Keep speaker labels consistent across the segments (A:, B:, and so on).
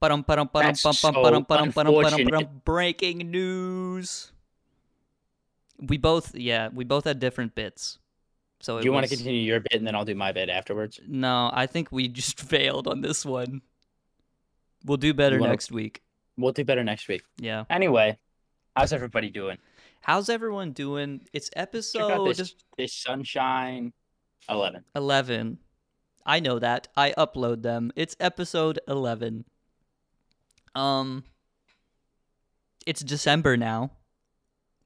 A: Bum, bum, bum,
B: That's
A: bum, bum,
B: so
A: bum, bum, bum, bum,
B: unfortunate.
A: bum. Breaking news. We both, yeah, we both had different bits. So it
B: you want
A: was-
B: to continue your bit and then I'll do my bit afterwards?
A: No, I think we just failed on this one. We'll do better
B: wanna-
A: next week.
B: We'll do better next week.
A: Yeah.
B: Anyway, how's everybody doing?
A: How's everyone doing? It's
B: Check out
A: episode
B: this, this sunshine 11.
A: 11. I know that. I upload them. It's episode 11. Um It's December now.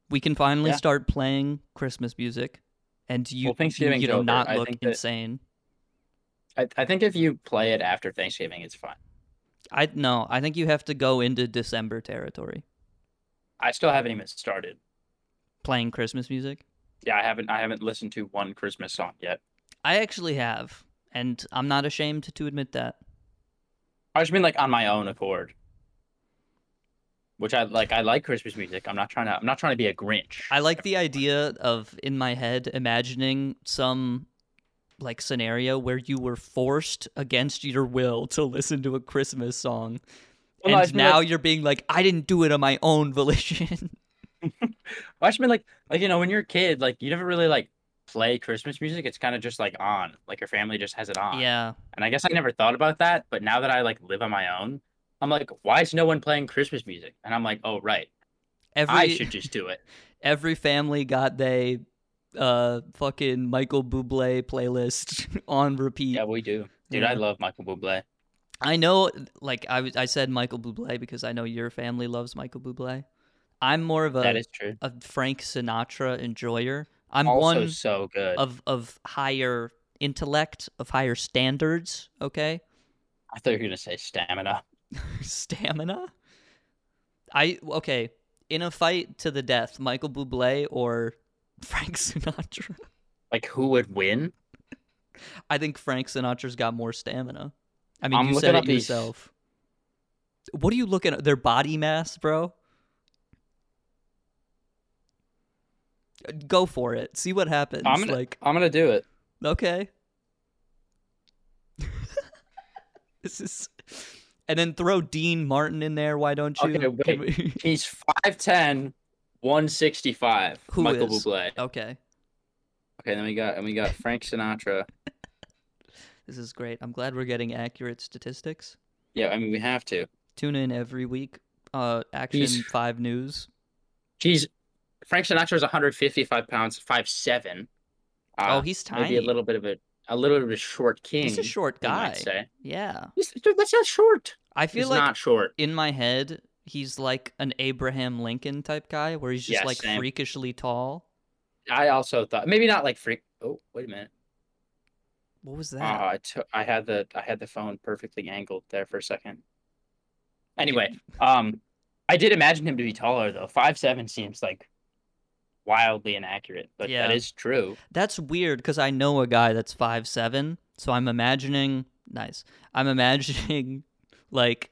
A: We can finally
B: Yeah.
A: start playing Christmas music and you
B: Well, Thanksgiving's
A: you know
B: over.
A: not
B: I
A: look
B: think that-
A: insane.
B: I, I think if you play it after Thanksgiving, it's fine.
A: I no, I think you have to go into December territory
B: I still haven't even started.
A: playing Christmas music.
B: Yeah, I haven't I haven't listened to one Christmas song yet.
A: I actually have, and I'm not ashamed to admit that.
B: I just mean like on my own accord. Which I like I like Christmas music. I'm not trying to I'm not trying to be a Grinch.
A: I like the idea of in my head imagining some like scenario where you were forced against your will to listen to a Christmas song.
B: Well, no, I
A: and
B: just mean,
A: now
B: like-
A: you're being like, I didn't do it on my own volition.
B: I just mean like like you know when you're a kid like you never really like play Christmas music. It's kind of just like on like your family just has it on.
A: yeah.
B: And I guess I never thought about that, but now that I like live on my own, I'm like, why is no one playing Christmas music? And I'm like, oh right, I
A: Every
B: should just do it.
A: every family got they uh fucking Michael Bublé playlist on repeat.
B: Yeah, we do, dude. I
A: Yeah.
B: love Michael Bublé.
A: I know, like I, was- I said, Michael Bublé because I know your family loves Michael Bublé. I'm more of
B: that
A: a,
B: is true.
A: a Frank Sinatra enjoyer. I'm
B: also
A: one
B: so good.
A: of of higher intellect, of higher standards. Okay,
B: I thought you were gonna say stamina.
A: stamina. I okay in a fight to the death, Michael Bublé or Frank Sinatra.
B: Like who would win?
A: I think Frank Sinatra's got more stamina. I mean,
B: I'm
A: you
B: looking
A: said
B: up
A: it
B: these-
A: yourself. What are you looking at? Their body mass, bro? Go for it. See what happens.
B: I'm gonna-
A: Like,
B: I'm gonna do it.
A: okay. this is. And then throw Dean Martin in there. Why don't you?
B: Okay,
A: Can we-
B: He's 5'10", 165.
A: Who
B: Michael
A: is?
B: Bublé.
A: okay.
B: Okay, then we got and we got Frank Sinatra.
A: This is great. I'm glad we're getting accurate statistics.
B: Yeah, I mean we have to.
A: Tune in every week. Uh, Action 5 News.
B: He's Frank Sinatra is 155 pounds, 5'7".
A: oh,
B: Uh,
A: he's tiny.
B: maybe a little bit of a a little bit of a short king.
A: He's a short
B: you
A: guy.
B: might Say.
A: Yeah.
B: He's- dude, that's not short.
A: I feel
B: he's
A: like
B: not short.
A: in my head, he's like an Abraham Lincoln type guy where he's just
B: Yeah,
A: like
B: same.
A: freakishly tall.
B: I also thought maybe not like freak. Oh, wait a minute.
A: What was
B: Oh,
A: that?
B: I took. I had the I had the phone perfectly angled there for a second. Anyway, um, I did imagine him to be taller though. Five seven seems like wildly inaccurate, but
A: Yeah.
B: that is true.
A: That's weird because I know a guy that's five seven, so I'm imagining nice. I'm imagining like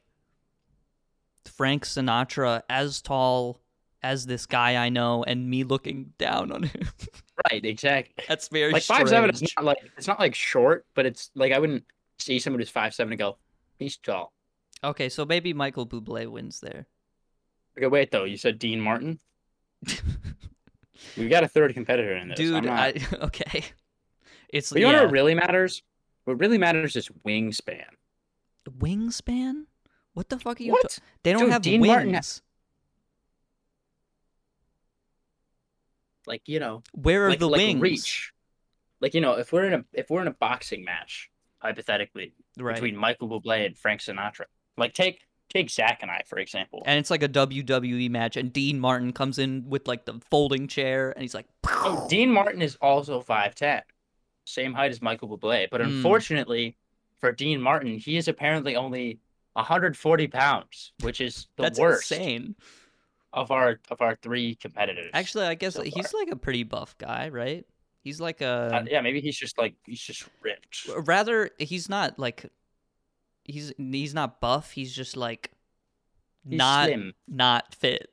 A: Frank Sinatra as tall as this guy I know, and me looking down on him.
B: Right, exactly.
A: that's very
B: like five seven is
A: strange.
B: not like it's not like short, but it's like I wouldn't see someone who's five seven and go, he's tall.
A: Okay, so maybe Michael Bublé wins there.
B: Okay, wait though. You said Dean Martin. We got a third competitor in this. I'm
A: Dude,
B: not-
A: I okay. It's
B: But you know
A: yeah.
B: what really matters? What really matters is wingspan.
A: wingspan? What the fuck are you?
B: What?
A: ta- they don't
B: Dude,
A: have
B: Dean
A: wings.
B: Martin ha- like you know,
A: Where are
B: like,
A: the
B: like
A: wings?
B: reach. Like you know, if we're in a if we're in a boxing match, hypothetically,
A: Right.
B: between Michael Bublé and Frank Sinatra, like take take Zach and I for example.
A: and it's like a WWE match, and Dean Martin comes in with like the folding chair, and he's like,
B: oh, Dean Martin is also five ten, same height as Michael Bublé, but
A: Hmm.
B: unfortunately for Dean Martin, he is apparently only 140 pounds, which is the
A: "That's
B: worst
A: insane."
B: of our of our three competitors.
A: Actually, I guess
B: so
A: he's like a pretty buff guy, right? He's like a
B: Uh, yeah, maybe he's just like he's just ripped.
A: rather. He's not like he's he's not buff. He's just like
B: He's
A: not
B: slim.
A: not fit.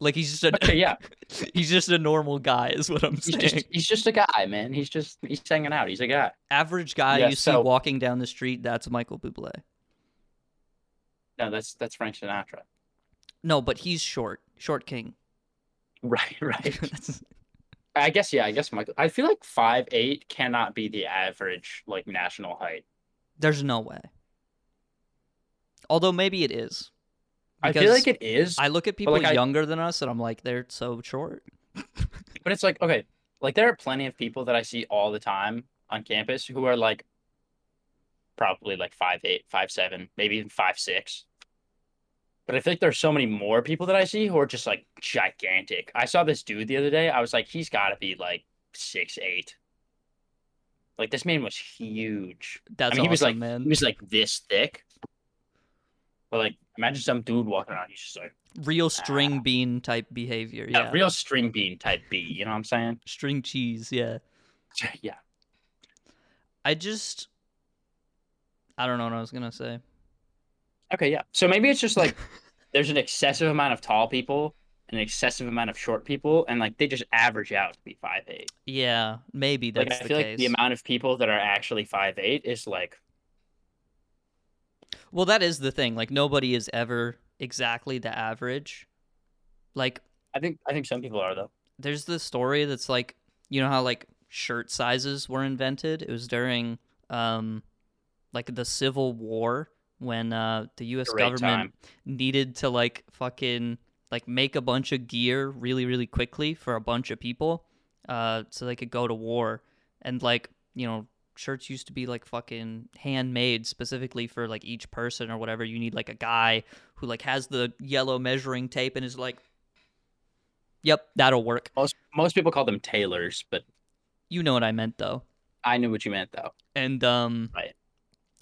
A: Like he's just
B: But
A: a
B: Uh, yeah,
A: he's just a normal guy, is what I'm
B: he's
A: saying.
B: just he's just a guy, man. He's just he's hanging out. He's a guy.
A: Average guy
B: Yeah,
A: you see
B: so-
A: walking down the street, that's Michael Bublé.
B: No, that's that's Frank Sinatra.
A: No, but he's short, short king.
B: Right, right.
A: That's-
B: I guess yeah. I guess Michael. I feel like five eight cannot be the average like national height.
A: There's no way. Although maybe it is.
B: I feel like it is,
A: I look at people
B: like, I-
A: younger than us and I'm like, they're so short.
B: but it's like okay, like there are plenty of people that I see all the time on campus who are like probably like five eight, five seven, maybe even five six. But I think there's so many more people that I see who are just like gigantic. I saw this dude the other day. I was like, he's got to be like six eight. Like this man was huge.
A: That's
B: I mean, he was
A: awesome,
B: like
A: man.
B: he was like this thick. But like, imagine some dude walking around. He's just like
A: Real string bean type behavior.
B: a
A: Yeah.
B: Ah. real string bean type B. You know what I'm saying?
A: string cheese. Yeah.
B: yeah.
A: I just, I don't know what I was going to say.
B: Okay. Yeah. So maybe it's just like there's an excessive amount of tall people, an excessive amount of short people, and like they just average out to be five eight.
A: Yeah. Maybe
B: Like
A: that's
B: I
A: the
B: feel
A: case.
B: like the amount of people that are actually five eight is like
A: Well, that is the thing. Like, nobody is ever exactly the average. Like,
B: I think I think some people are though.
A: there's this story that's like you know how like shirt sizes were invented it was during um like the civil war when uh the us
B: Great
A: government needed to like fucking like make a bunch of gear really really quickly for a bunch of people uh so they could go to war and like you know shirts used to be like fucking handmade specifically for like each person or whatever you need like a guy who like has the yellow measuring tape and is like yep that'll work
B: Most most people call them tailors, but
A: you know what I meant though.
B: I knew what you meant though.
A: And um
B: Right.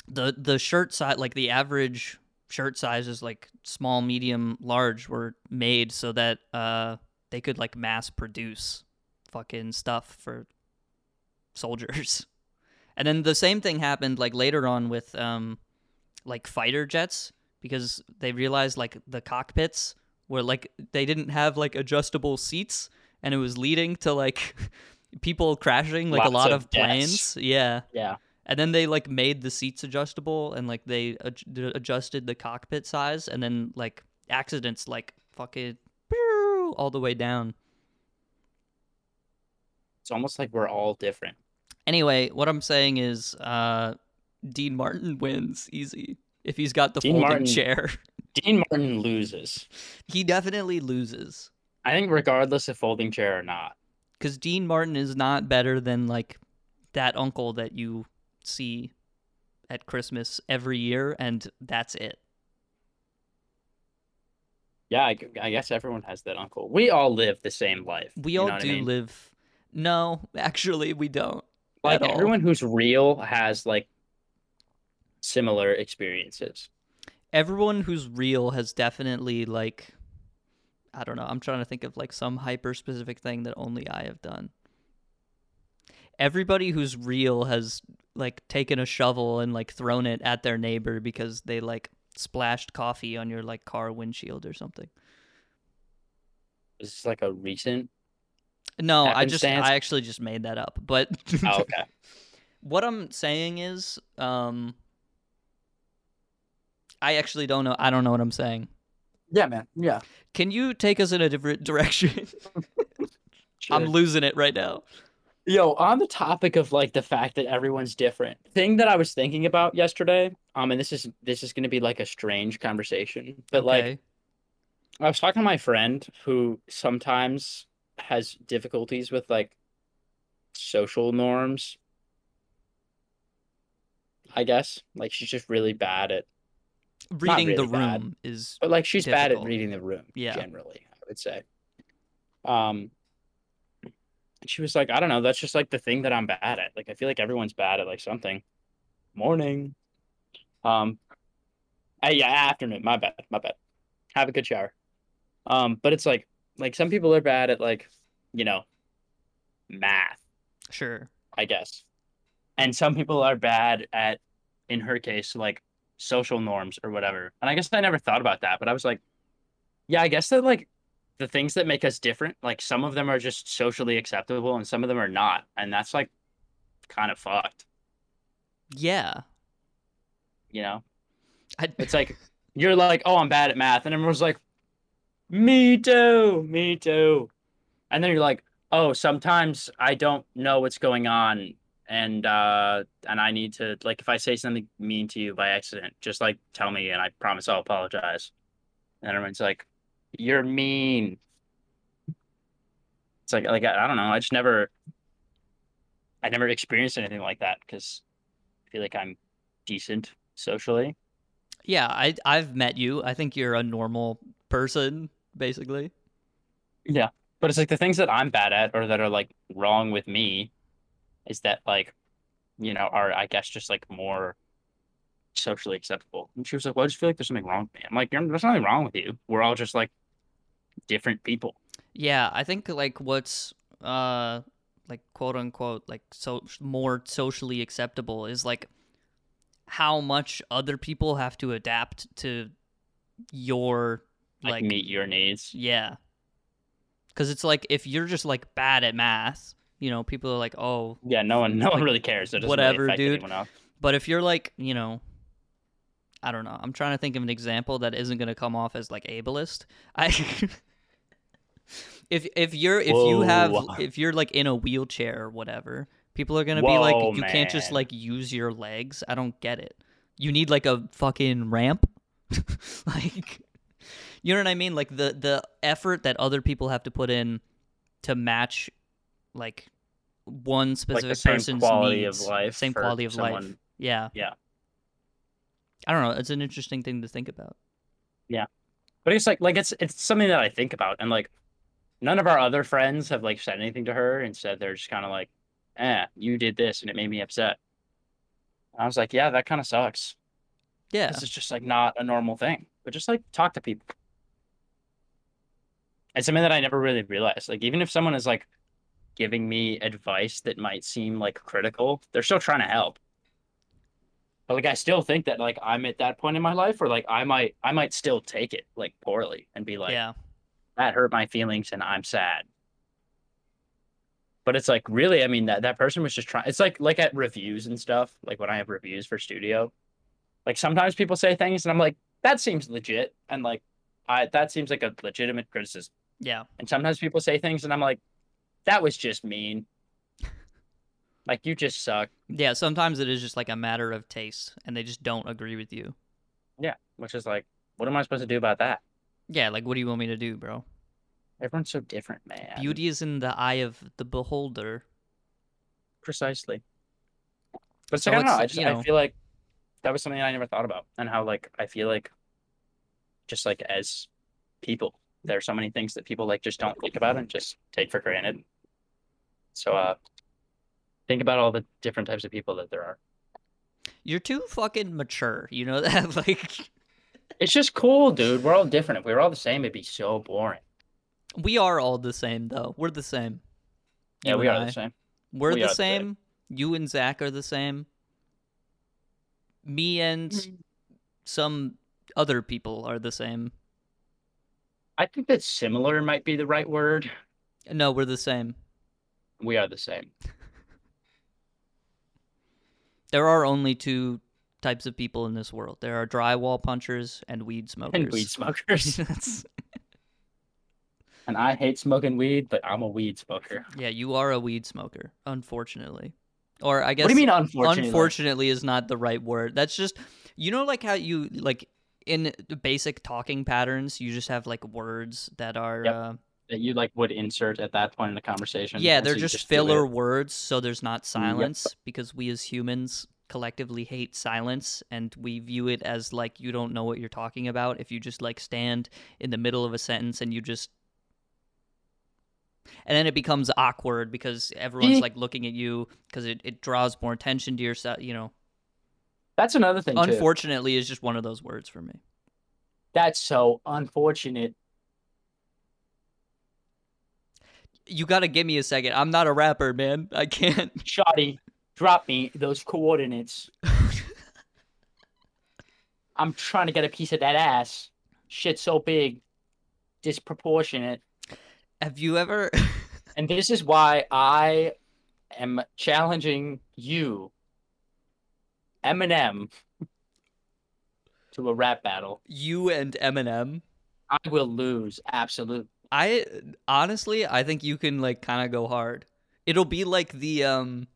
A: the the shirt size like the average shirt sizes like small, medium, large were made so that uh they could like mass produce fucking stuff for soldiers. And then the same thing happened like later on with um like fighter jets because they realized like the cockpits were like they didn't have like adjustable seats and it was leading to like people crashing like a
B: Lots
A: lot
B: of
A: of planes.
B: deaths.
A: Yeah.
B: Yeah.
A: And then they like made the seats adjustable and like they adj- d- adjusted the cockpit size and then like accidents like fucking pew, all the way down.
B: It's almost like we're all different.
A: Anyway, what I'm saying is uh Dean Martin wins easy if he's got the
B: Dean
A: folding
B: Martin-
A: chair.
B: Dean Martin loses.
A: he definitely loses
B: I think regardless of folding chair or not.
A: cuz Dean Martin is not better than like that uncle that you see at Christmas every year and that's it.
B: Yeah, I, gu- I guess everyone has that uncle. We all live the same life.
A: We
B: you know
A: all
B: what I
A: do
B: mean?
A: live No, actually we don't.
B: Like
A: at all.
B: everyone who's real has like similar experiences.
A: everyone who's real has definitely like I don't know, I'm trying to think of like some hyper specific thing that only I have done. Everybody who's real has like taken a shovel and like thrown it at their neighbor because they like splashed coffee on your like car windshield or something.
B: This is like a recent.
A: No, I just
B: Happenstance?
A: I actually just made that up. But
B: Oh, okay.
A: what I'm saying is um I actually don't know I don't know what I'm saying.
B: yeah, man. Yeah.
A: Can you take us in a different direction? I'm losing it right now.
B: Yo, on the topic of like the fact that everyone's different, thing that I was thinking about yesterday, um, and this is this is gonna be like a strange conversation, but like
A: Okay.
B: I was talking to my friend who sometimes has difficulties with like social norms. I guess. Like she's just really bad at
A: reading the
B: really bad.
A: room is
B: but like she's bad at
A: Difficult.
B: reading the room
A: Yeah.
B: generally, I would say. Um and she was like, I don't know, that's just like the thing that I'm bad at. Like I feel like everyone's bad at like something. Morning. Um uh, yeah, afternoon. My bad. My bad. Have a good shower. Um, but it's like like some people are bad at like, you know, math,
A: sure.
B: I guess. And some people are bad at in her case like social norms or whatever. And I guess I never thought about that, but I was like yeah, I guess that like the things that make us different, like some of them are just socially acceptable and some of them are not. And that's like kind of fucked,
A: Yeah.
B: you know?
A: I,
B: It's like you're like, oh, I'm bad at math, and everyone's like, me too, me too, and then you're like, oh, sometimes I don't know what's going on, and uh, and I need to like if I say something mean to you by accident, just like tell me, and I promise I'll apologize. And everyone's like, you're mean. It's like like I I don't know. I just never, I never experienced anything like that because I feel like I'm decent socially.
A: yeah, I I've met you. I think you're a normal person, basically.
B: But it's like the things that I'm bad at or that are like wrong with me is that like, you know, are I guess just like more socially acceptable. And she was like, Well, I just feel like there's something wrong with me. I'm like, "You're- there's nothing wrong with you. We're all just like different people.
A: Yeah, I think like what's uh like quote unquote like so more socially acceptable is like how much other people have to adapt to your
B: Like,
A: like
B: meet your needs.
A: yeah. Cuz it's like if you're just like bad at math, you know, people are like, "Oh,
B: Yeah, no one no one
A: Like,
B: really cares. It doesn't really
A: whatever,
B: affect
A: dude.
B: anyone else.
A: But if you're like, you know, I don't know. I'm trying to think of an example that isn't going to come off as like ableist. I If if you're if you have
B: Whoa.
A: if you're like in a wheelchair or whatever, people are going to be
B: Whoa,
A: like you can't just
B: man.
A: like use your legs. I don't get it. You need like a fucking ramp. like you know what I mean? Like the the effort that other people have to put in to match like one
B: Like
A: specific
B: the same
A: person's
B: quality
A: needs
B: of life.
A: same
B: for
A: quality of life.
B: someone-
A: Yeah.
B: Yeah.
A: I don't know. It's an interesting thing to think about.
B: But it's like like it's it's something that I think about and like none of our other friends have like said anything to her. Instead they're just kinda like, eh, you did this and it made me upset. And I was like, Yeah, that kinda sucks.
A: Yeah.
B: This is just like not a normal thing. But just like talk to people. It's something that I never really realized. Like even if someone is like giving me advice that might seem like critical, they're still trying to help. But like I still think that like I'm at that point in my life where like I might I might still take it like poorly and be like
A: yeah.
B: that hurt my feelings and I'm sad. But it's like really, I mean that that person was just trying. It's like like at reviews and stuff. Like when I have reviews for studio, like sometimes people say things and I'm like that seems legit and like I that seems like a legitimate criticism.
A: Yeah.
B: And sometimes people say things and I'm like that was just mean. like you just suck.
A: Yeah. Sometimes it is just like a matter of taste and they just don't agree with you.
B: Yeah, which is like what am I supposed to do about that?
A: Yeah. Like, what do you want me to do, bro?
B: Everyone's so different, man.
A: Beauty is in the eye of the beholder.
B: precisely. But it's
A: So
B: like, I don't
A: it's,
B: know. I just
A: you know-
B: I feel like that was something I never thought about, and how like I feel like just like as people, there are so many things that people like just don't think about and just take for granted. So uh, think about all the different types of people that there are.
A: You're too fucking mature. You know that? like,
B: It's just cool, dude. We're all different. If we were all the same, it'd be so boring.
A: we are all the same, though. We're the same.
B: Yeah,
A: You
B: we
A: and
B: are
A: I.
B: the same.
A: We're
B: We
A: the
B: are the same.
A: same. You and Zach are the same. Me and s- some other people are the same.
B: I think that similar might be the right word.
A: No, we're the same.
B: We are the same.
A: There are only two types of people in this world. There are drywall punchers and weed smokers.
B: And weed smokers.
A: That's-
B: and I hate smoking weed, but I'm a weed smoker.
A: yeah, you are a weed smoker, unfortunately. Or I guess
B: what do you mean, unfortunately?
A: unfortunately is not the right word. That's just you know like how you like in the basic talking patterns you just have like words that are
B: Yep.
A: uh,
B: that you like would insert at that point in the conversation.
A: yeah
B: and so
A: they're
B: you
A: just,
B: do it.
A: filler words so there's not silence because we as humans collectively hate silence and we view it as like you don't know what you're talking about if you just like stand in the middle of a sentence and you just and then it becomes awkward because everyone's
B: Eh.
A: like looking at you because it, it draws more attention to yourself you know
B: That's another thing. too.
A: unfortunately is just one of those words for me
B: That's so unfortunate.
A: you gotta give me a second i'm not a rapper man i can't
B: Shoddy, drop me those coordinates. I'm trying to get a piece of that ass. Shit's so big. disproportionate.
A: Have you ever?
B: And this is why I am challenging you, Eminem, to a rap battle.
A: you and Eminem.
B: I will lose, absolutely.
A: I honestly, I think you can like kind of go hard. It'll be like the um,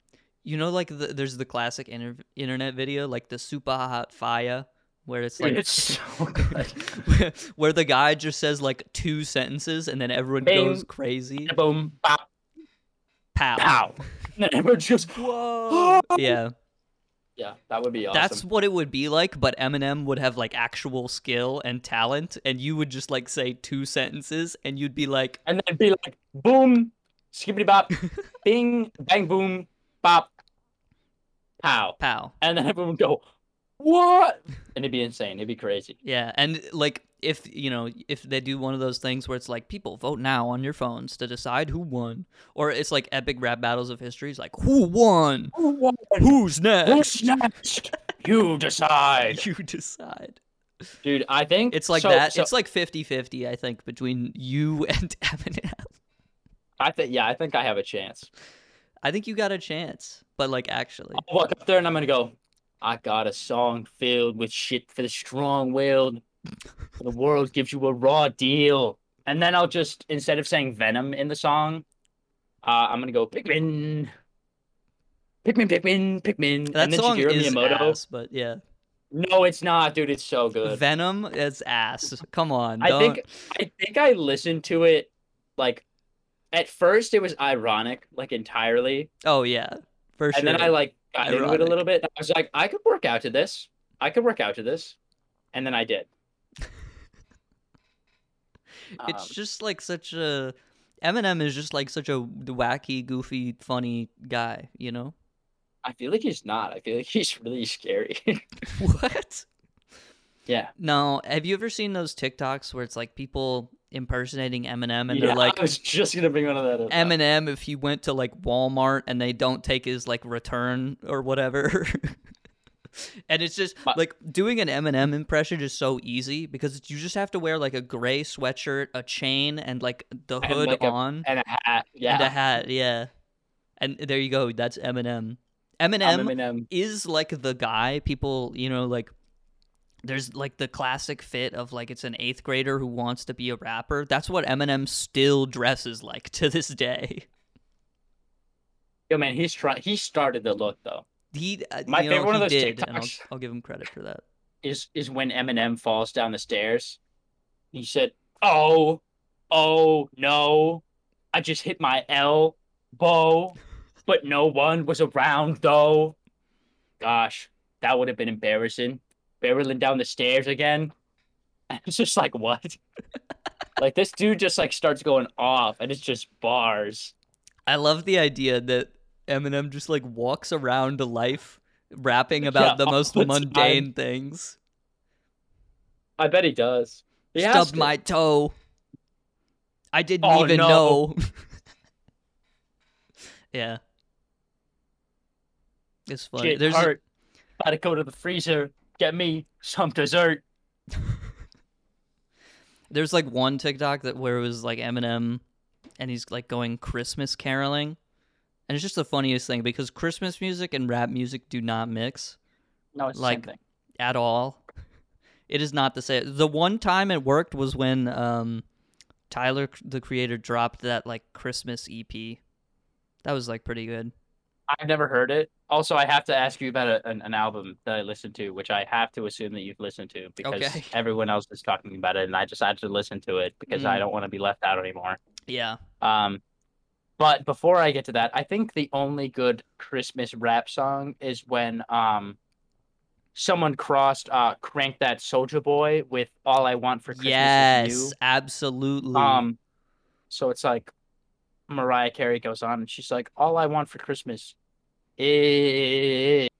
A: you know, like the, there's the classic inter- internet video, like the super hot fire, where it's like
B: it's so good.
A: where, where the guy just says like two sentences and then everyone
B: Bing.
A: goes crazy.
B: Boom, bop,
A: Pow.
B: pow. And then everyone just,
A: Whoa. yeah.
B: yeah, that would be awesome.
A: That's what it would be like, but Eminem would have like actual skill and talent, and you would just like say two sentences, and you'd be like,
B: and then be like, boom, skibbity bop, bing, bang, boom, bop, pow.
A: pow.
B: And then everyone would go, what? And it'd be insane. It'd be crazy.
A: Yeah. And like, if, you know, if they do one of those things where it's like, people vote now on your phones to decide who won, or it's like epic rap battles of history, it's like, who won?
B: Who won?
A: Who's
B: Who's
A: next?
B: next? You decide.
A: You decide.
B: Dude, I think
A: It's like
B: so-
A: that.
B: so
A: it's like 50 50, I think, between you and Eminem.
B: I think yeah, I think I have a chance.
A: I think you got a chance, but like, actually.
B: I'll walk up there and I'm gonna go, I got a song filled with shit for the strong willed. The world gives you a raw deal. And then I'll just instead of saying venom in the song, uh, I'm gonna go Pikmin. Pikmin, Pikmin, Pikmin.
A: That
B: and then
A: song
B: Shigeru
A: is
B: Miyamoto.
A: ass, but yeah.
B: No, it's not, dude. It's so good.
A: Venom is ass. Come on.
B: I think
A: don't-
B: I think I listened to it like at first it was ironic, like entirely.
A: Oh yeah, for sure.
B: and then I like got into it a
A: Ironic.
B: little bit. and I was like, I could work out to this. I could work out to this, and then I did.
A: it's
B: Um,
A: just like such a Eminem is just like such a wacky, goofy, funny guy. You know
B: I feel like he's not. I feel like he's really scary.
A: what?
B: yeah,
A: No. Have you ever seen those TikToks where it's like people impersonating Eminem and
B: Yeah,
A: they're like.
B: I was just gonna bring one of that. up.
A: Eminem, if he went to like Walmart and they don't take his like return or whatever, and it's just
B: My-
A: like doing an Eminem impression is so easy because you just have to wear like a gray sweatshirt, a chain, and like the
B: And,
A: hood
B: like, a-
A: on.
B: and a hat. Yeah,
A: and a hat. Yeah, and there you go. That's Eminem. Eminem
B: I'm Eminem.
A: is like the guy people, you know, like there's like the classic fit of like it's an eighth grader who wants to be a rapper. That's what Eminem still dresses like to this day.
B: Yo, man, he's trying. He started the look though.
A: He, uh,
B: My
A: you know,
B: favorite one of
A: he
B: those
A: did, and I'll,
B: TikToks.
A: I'll give him credit for that.
B: is is when Eminem falls down the stairs. He said, "Oh, oh no, I just hit my L bow, but no one was around though. Gosh, that would have been embarrassing, barreling down the stairs again." And it's just like what? like this dude just like starts going off, and it's just bars.
A: I love the idea that Eminem just like walks around life rapping about
B: Yeah,
A: the
B: all
A: most
B: the time.
A: mundane things.
B: I bet he does. He has
A: Stubbed
B: to.
A: my toe. I didn't
B: Oh,
A: even
B: no.
A: know. yeah. It's funny.
B: Shit
A: There's a-
B: hurt. Got to go to the freezer. Get me some dessert.
A: there's like one TikTok that where it was like Eminem and he's like going Christmas caroling. And it's just the funniest thing because Christmas music and rap music do not mix
B: No, it's
A: Like,
B: the same thing.
A: at all. It is not the same. The one time it worked was when um, Tyler the creator dropped that like Christmas EP. That was like pretty good.
B: I've never heard it. Also, I have to ask you about a, an, an album that I listened to, which I have to assume that you've listened to because
A: Okay.
B: everyone else is talking about it, and I decided to listen to it because I
A: Mm.
B: don't want to be left out anymore.
A: Yeah.
B: Um, but before I get to that, I think the only good Christmas rap song is when um, someone crossed uh, "Crank That Soldier Boy" with "All I Want for Christmas Is You."
A: yes, absolutely.
B: Um, so it's like Mariah Carey goes on and she's like, "All I want for Christmas is,"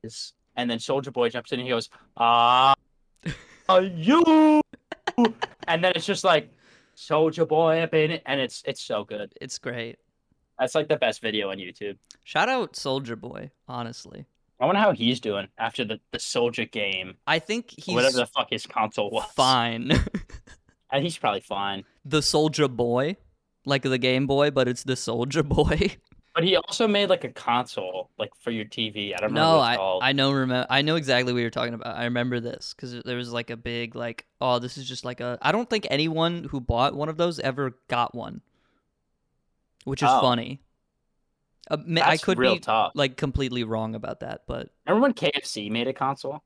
B: and then Soldier Boy jumps in and he goes, "Ah, are you?" and then it's just like Soldier Boy up in it, and it's it's so good.
A: it's great.
B: That's like the best video on YouTube.
A: Shout out Soldier Boy, honestly.
B: I wonder how he's doing after the the Soldier game,
A: I think he's
B: whatever the fuck his console was.
A: fine.
B: I I think he's probably fine.
A: The Soldier Boy, like the Game Boy, but it's the Soldier Boy.
B: But he also made like a console, like for your TV. I don't know.
A: no,
B: what it's
A: I
B: called.
A: I know remember I know exactly what you're talking about. I remember this because there was like a big like oh this is just like a I don't think anyone who bought one of those ever got one, which is
B: Oh.
A: funny. Uh, ma-
B: That's
A: I could
B: real
A: be
B: tough.
A: like completely wrong about that, but
B: Remember when KFC made a console?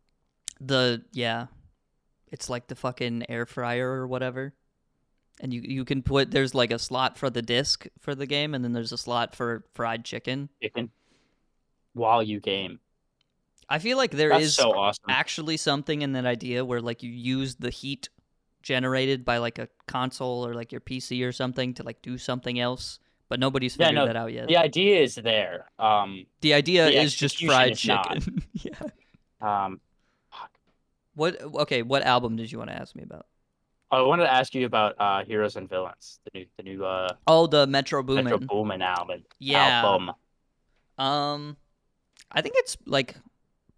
A: the yeah, it's like the fucking air fryer or whatever, and you you can put there's like a slot for the disc for the game, and then there's a slot for fried chicken.
B: Chicken. While you game.
A: I feel like there is.
B: That's so awesome.
A: actually something in that idea where like you use the heat generated by like a console or like your PC or something to like do something else, but nobody's
B: Yeah,
A: figured
B: no,
A: that out yet.
B: The idea is there. Um,
A: The idea
B: the
A: is just
B: execution
A: fried
B: is not.
A: chicken. yeah.
B: um,
A: What okay, what album did you want to ask me about?
B: oh, I wanted to ask you about uh, Heroes and Villains, the new, the new uh,
A: Oh, the Metro Boomin.
B: Metro Boomin album.
A: yeah.
B: album.
A: Um I think it's like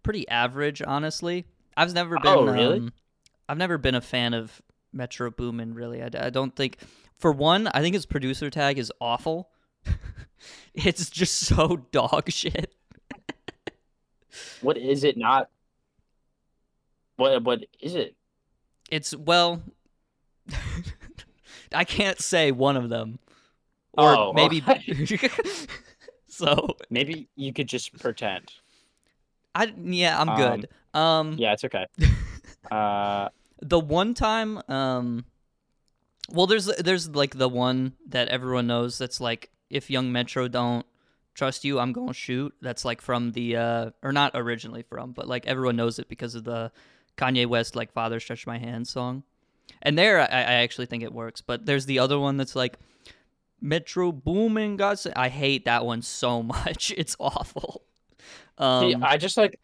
A: pretty average, honestly. I've never been
B: Oh, really?
A: um, I've never been a fan of Metro Boomin really. I, d- I don't think for one, I think his producer tag is awful. it's just so dog shit.
B: What is it not? What what is it?
A: It's well I can't say one of them. Or
B: Oh,
A: maybe
B: okay.
A: So
B: Maybe you could just pretend.
A: I yeah, I'm good. Um
B: Yeah, it's okay. Uh,
A: the one time um well there's there's like the one that everyone knows that's like if young metro don't trust you i'm gonna shoot that's like from the uh or not originally from but like everyone knows it because of the kanye west like father stretch my hand song and there i, I actually think it works but there's the other one that's like metro booming god sa-" i hate that one so much it's awful um
B: see, I just like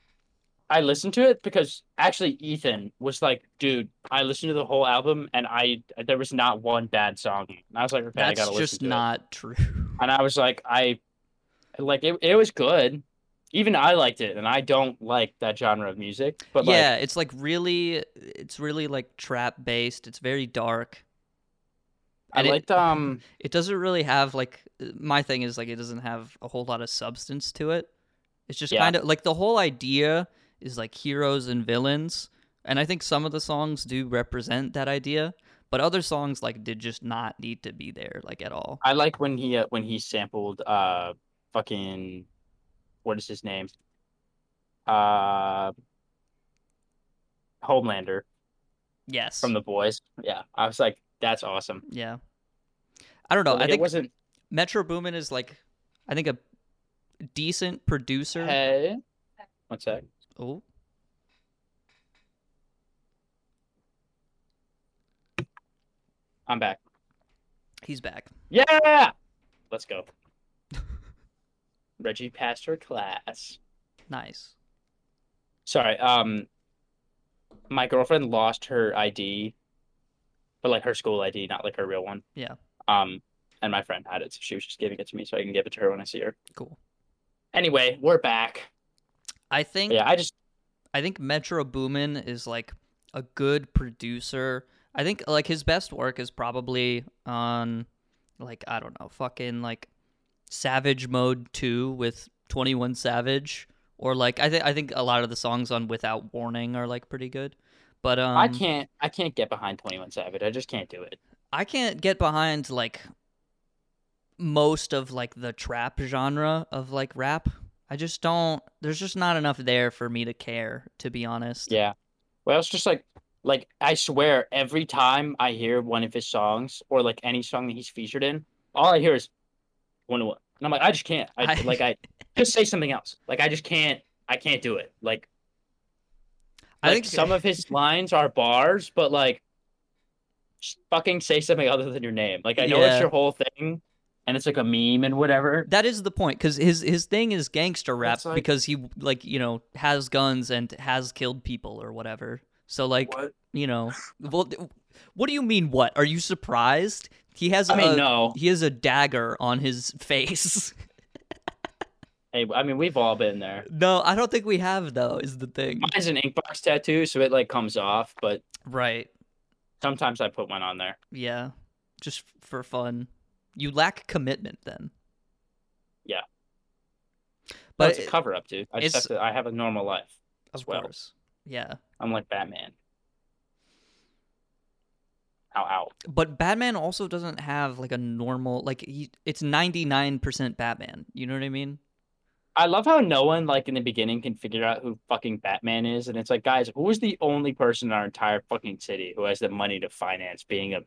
B: I listened to it because actually Ethan was like, "Dude, I listened to the whole album and I there was not one bad song." And I was like, "Okay, I
A: that's
B: gotta listen
A: just
B: to it."
A: not true
B: and I was like, I like it. It was good. Even I liked it, and I don't like that genre of music. But
A: yeah, it's like really, it's really like trap based. It's very dark.
B: like,
A: and
B: I
A: it-
B: liked um.
A: It doesn't really have like my thing is like it doesn't have a whole lot of substance to it. It's just
B: Yeah.
A: kind of like the whole idea is like heroes and villains, and I think some of the songs do represent that idea, but other songs like did just not need to be there like at all.
B: I like when he uh, when he sampled uh fucking what is his name uh Homelander
A: Yes.
B: from the boys. Yeah, I was like, that's awesome.
A: yeah. I don't know.
B: Like,
A: I
B: it
A: think
B: wasn't.
A: Metro Boomin is like, I think a decent producer.
B: Hey, one sec.
A: Oh.
B: I'm back.
A: He's back.
B: Yeah, let's go. Reggie passed her class.
A: Nice.
B: Sorry, um, my girlfriend lost her ID, but like her school ID, not like her real one.
A: Yeah.
B: Um, and my friend had it, so she was just giving it to me so I can give it to her when I see her.
A: Cool.
B: Anyway, we're back.
A: I think
B: Yeah, I just
A: I think Metro Boomin is like a good producer. I think like his best work is probably on like I don't know, fucking like Savage Mode 2 with 21 Savage or like I think I think a lot of the songs on Without Warning are like pretty good. But um
B: I can't I can't get behind Twenty One Savage. I just can't do it.
A: I can't get behind like most of like the trap genre of like rap. I just don't there's just not enough there for me to care to be honest.
B: Yeah. Well, it's just like like I swear every time I hear one of his songs or like any song that he's featured in, all I hear is one one. And I'm like, I just can't. I,
A: I-
B: like I just say something else. Like I just can't I can't do it. Like
A: I
B: like
A: think
B: some of his lines are bars, but like just fucking say something other than your name. Like I know
A: Yeah.
B: it's your whole thing and it's like a meme and whatever.
A: That is the point, because his his thing is gangster rap
B: It's like-
A: because he like you know has guns and has killed people or whatever. So like
B: What?
A: you know, well, what do you mean? What are you surprised? He has
B: I mean,
A: a
B: no.
A: he has a dagger on his face.
B: Hey, I mean, we've all been there.
A: no, I don't think we have though. Is the thing
B: Mine's an inkbox tattoo, so it like comes off, but
A: right?
B: Sometimes I put one on there.
A: Yeah, just f- for fun. You lack commitment then.
B: Yeah. But
A: but
B: it's a
A: it-
B: cover up, dude. I just
A: it's-
B: have to, I have a normal life.
A: of
B: well.
A: course, yeah.
B: I'm like Batman. Ow, ow.
A: But Batman also doesn't have like a normal like he, it's ninety nine percent Batman. You know what I mean?
B: I love how no one, like in the beginning, can figure out who fucking Batman is, and it's like, guys, who is the only person in our entire fucking city who has the money to finance being a,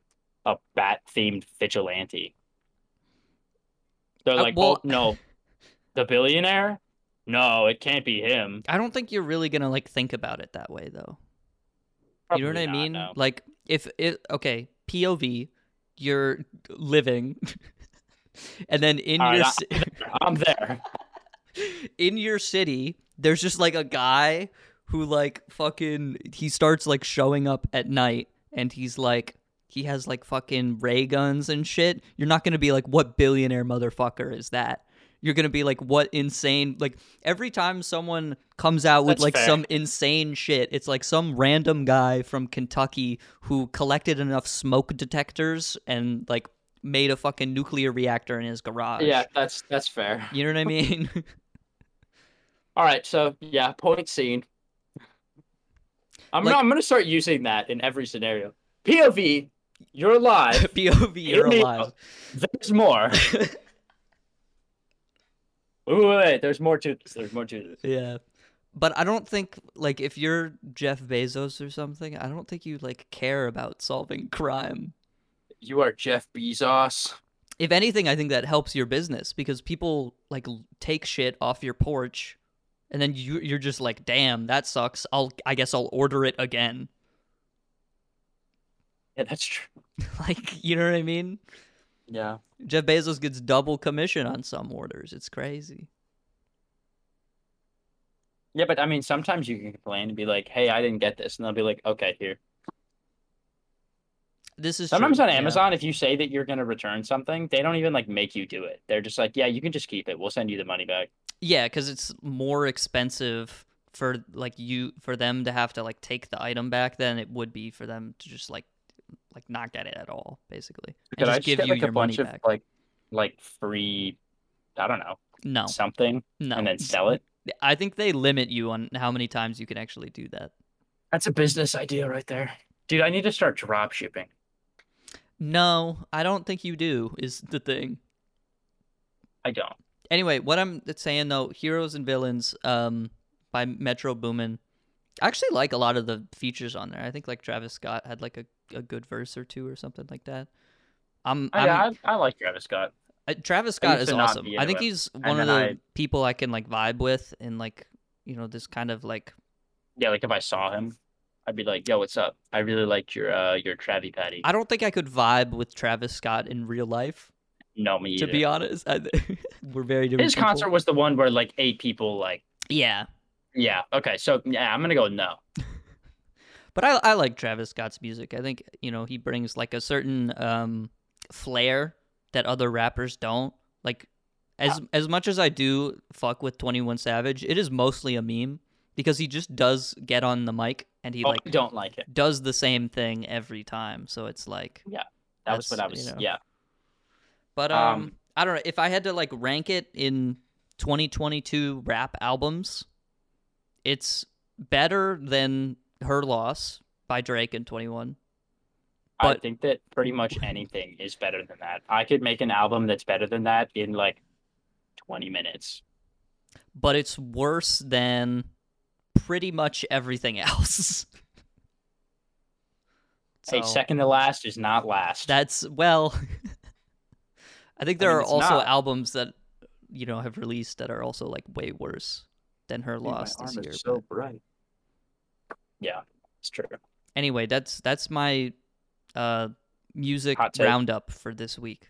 B: a bat themed vigilante? They're
A: Uh,
B: like,
A: well-
B: oh no, the billionaire? No, it can't be him.
A: I don't think you're really gonna like think about it that way though. you know what
B: Probably
A: I
B: not,
A: mean?
B: no.
A: Like if it okay, POV, you're living, and then in
B: All
A: your
B: right,
A: ci-
B: I'm there.
A: in your city, there's just like a guy who like fucking he starts like showing up at night, and he's like he has like fucking ray guns and shit. You're not gonna be like, what billionaire motherfucker is that? You're gonna be like, what insane? Like every time someone comes out with
B: That's
A: like
B: fair.
A: some insane shit, it's like some random guy from Kentucky who collected enough smoke detectors and like made a fucking nuclear reactor in his garage.
B: Yeah, that's that's fair.
A: you know what I mean.
B: All right, so yeah, point scene. I'm
A: Like-
B: I'm gonna start using that in every scenario. POV, you're alive.
A: POV, you're
B: me
A: alive.
B: There's more. Wait, wait, wait, there's more to this. There's more to this.
A: Yeah. But I don't think like if you're Jeff Bezos or something, I don't think you like care about solving crime.
B: You are Jeff Bezos.
A: If anything, I think that helps your business because people like l- take shit off your porch and then you you're just like, "Damn, that sucks. I'll I guess I'll order it again."
B: Yeah, that's true.
A: like, you know what I mean?
B: Yeah.
A: Jeff Bezos gets double commission on some orders. It's crazy.
B: Yeah, but I mean, sometimes you can complain and be like, "Hey, I didn't get this," and they'll be like, "Okay, here."
A: This is true,
B: Sometimes on
A: yeah.
B: Amazon, if you say that you're gonna return something, they don't even like make you do it. They're just like, "Yeah, you can just keep it. We'll send you the money back."
A: Yeah, because it's more expensive for like you for them to have to like take the item back than it would be for them to just like like not get it at all, basically, and
B: Could I
A: just
B: just
A: give
B: get,
A: you
B: like, a
A: your money
B: bunch of
A: back.
B: like, like free, I don't know,
A: no,
B: something,
A: no.
B: and then sell it?
A: I think they limit you on how many times you can actually do that.
B: That's a business idea right there, dude. I need to start drop shipping.
A: No, I don't think you do. Is the thing.
B: I don't.
A: Anyway, what I'm saying though, Heroes and Villains, um, by Metro Boomin. I actually like a lot of the features on there. I think like Travis Scott had like a, a good verse or two or something like that. I'm,
B: I,
A: I'm
B: I, I like Travis Scott.
A: I, Travis Scott
B: used
A: is
B: to not
A: awesome.
B: be
A: I think
B: into him.
A: he's one of
B: then
A: the
B: I-
A: people I can like vibe with and like you know this kind of like
B: Yeah, like if I saw him, I'd be like, "Yo, what's up? I really liked your uh your Travi Patty."
A: I don't think I could vibe with Travis Scott in real life
B: no, me
A: to
B: either.
A: be honest. I, we're very different.
B: His
A: people.
B: concert was the one where like eight people like,
A: yeah.
B: yeah, okay, so yeah, I'm gonna go no.
A: But I I like Travis Scott's music. I think you know he brings like a certain um flair that other rappers don't. Like as
B: Ah.
A: as much as I do fuck with 21 Savage, it is mostly a meme because he just does get on the mic and he
B: Oh,
A: like
B: I don't like it.
A: does the same thing every time. So it's like,
B: That was what I
A: That's,
B: was.
A: you know.
B: Yeah,
A: but um,
B: Um,
A: I don't know if I had to like rank it in 2022 rap albums, it's better than Her Loss by Drake in 21.
B: I
A: But-
B: think that pretty much anything is better than that. I could make an album that's better than that in like 20 minutes.
A: but it's worse than pretty much everything else.
B: Hey,
A: So,
B: second to last is not last.
A: That's well. I think there
B: mean,
A: are
B: it's
A: also
B: not.
A: albums that you know have released that are also like way worse than her
B: Dude, my
A: loss this
B: arm is
A: year.
B: so
A: but-
B: bright. Yeah, it's true.
A: anyway, that's that's my uh music
B: Hot take.
A: roundup for this week.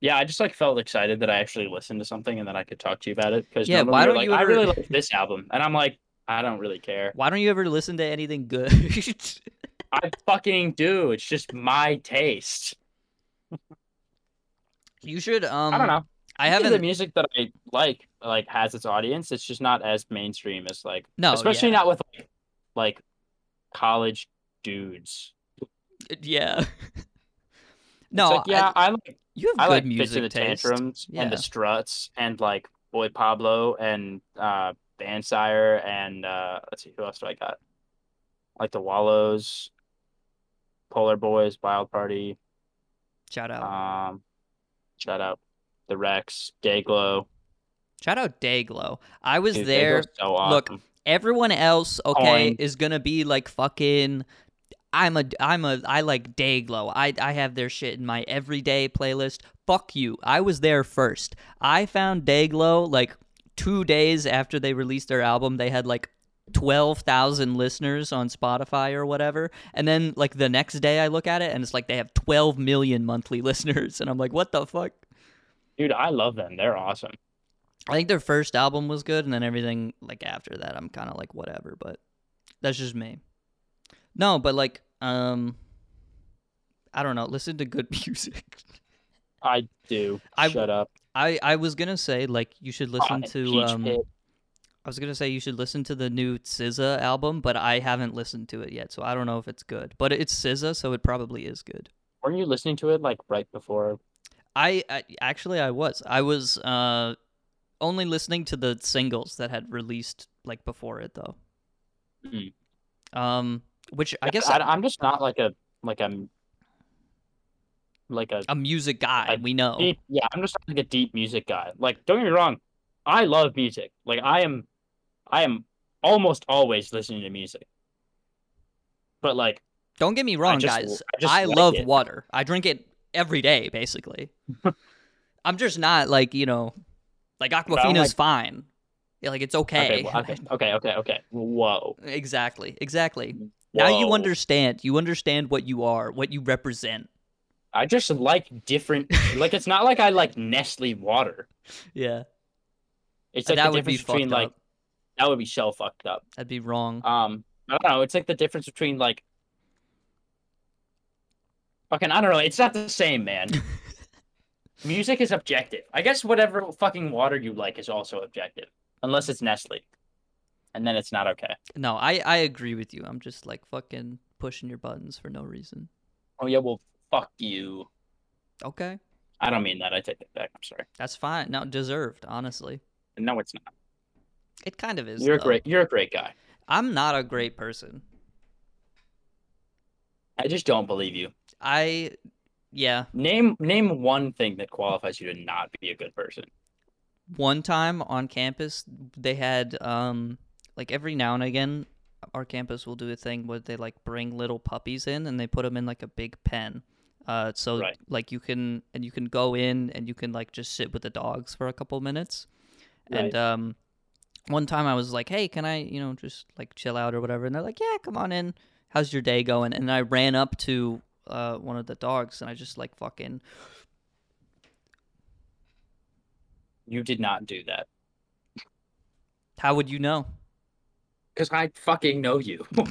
B: Yeah, I just like felt excited that I actually listened to something and then I could talk to you about it. Because
A: Yeah,
B: normally
A: why
B: you're
A: don't
B: like,
A: you
B: I
A: ever-
B: really like this album, and I'm like, I don't really care.
A: Why don't you ever listen to anything good?
B: I fucking do. It's just my taste.
A: you should um
B: I don't know.
A: I
B: Maybe
A: haven't
B: the music that I like like has its audience. It's just not as mainstream as like,
A: no
B: especially
A: yeah.
B: not with like, like college dudes.
A: uh, Yeah. no,
B: it's like, yeah,
A: I,
B: I, like
A: you
B: I
A: have
B: like
A: good music
B: the
A: taste.
B: tantrums and
A: Yeah.
B: the struts and like Boy Pablo and uh Vansire and uh let's see who else do I got? Like the Wallows, Polar Boys, Wild Party,
A: Shout out.
B: um shout out the Rex, Dayglow.
A: Shout out Dayglow. I was
B: Dude,
A: there.
B: Dayglow's so
A: look,
B: awesome.
A: Everyone else, okay,
B: Coin.
A: is gonna be like fucking. I'm a I'm a I like Dayglow. I I have their shit in my everyday playlist. Fuck you. I was there first. I found Dayglow like two days after they released their album. They had like. 12,000 listeners on Spotify or whatever. And then, like, the next day I look at it and it's like they have 12 million monthly listeners. And I'm like, what the fuck?
B: dude, I love them. They're awesome.
A: I think their first album was good, and then everything like after that, I'm kind of like whatever. But that's just me. No, but like, um, I don't know. Listen to good music.
B: I do.
A: I-
B: Shut up.
A: I I was gonna say like you should listen
B: Uh,
A: to
B: Peach
A: um.
B: Pit.
A: I was gonna say you should listen to the new SZA album, but I haven't listened to it yet, so I don't know if it's good. But it's SZA, so it probably is good.
B: Weren't you listening to it like right before?
A: I, I actually I was I was uh only listening to the singles that had released like before it though.
B: Mm.
A: Um, which I guess
B: I,
A: I,
B: am just not like a like a like a
A: a music guy.
B: I-
A: we know.
B: deep. Yeah, I'm just not like a deep music guy. Like, don't get me wrong, I love music. Like, I am, I am almost always listening to music. But like,
A: Don't get me wrong,
B: just-
A: guys.
B: I just like
A: love
B: it.
A: water. I drink it every day, basically. I'm just not like you know, like
B: I don't
A: Aquafina's fine. Yeah, like it's okay.
B: okay, well, okay, okay, okay, okay. Whoa,
A: exactly, exactly.
B: Mm-hmm.
A: Now you
B: whoa.
A: understand. You understand what you are, what you represent.
B: I just like different. like, it's not like I like Nestle water.
A: Yeah,
B: It's like
A: that
B: the
A: would be
B: difference
A: fucked
B: between like
A: up. Mm-hmm.
B: that would be so fucked up.
A: That'd be wrong.
B: Um, I don't know. It's like the difference between like fucking. I don't know. It's not the same, man. Music is objective. I guess whatever fucking water you like is also objective, unless it's Nestle, and then it's not okay.
A: No, I I agree with you. I'm just like fucking pushing your buttons for no reason.
B: Oh yeah, well fuck you.
A: Okay,
B: I don't mean that. I take that back. I'm sorry.
A: that's fine. No, deserved, honestly.
B: No, it's not.
A: It kind of is.
B: You're a
A: though.
B: great. You're a great guy.
A: I'm not a great person.
B: I just don't believe you.
A: I, yeah.
B: Name name one thing that qualifies you to not be a good person.
A: One time on campus, they had um like every now and again, our campus will do a thing where they like bring little puppies in and they put them in like a big pen. Uh, so
B: Right.
A: like you can and you can go in and you can like just sit with the dogs for a couple minutes. And um, one time I was like, "Hey, can I, you know, just like chill out or whatever?" And they're like, "Yeah, come on in. How's your day going?" And I ran up to uh, one of the dogs and I just like fucking
B: You did not do that
A: How would you know?
B: because I fucking know you.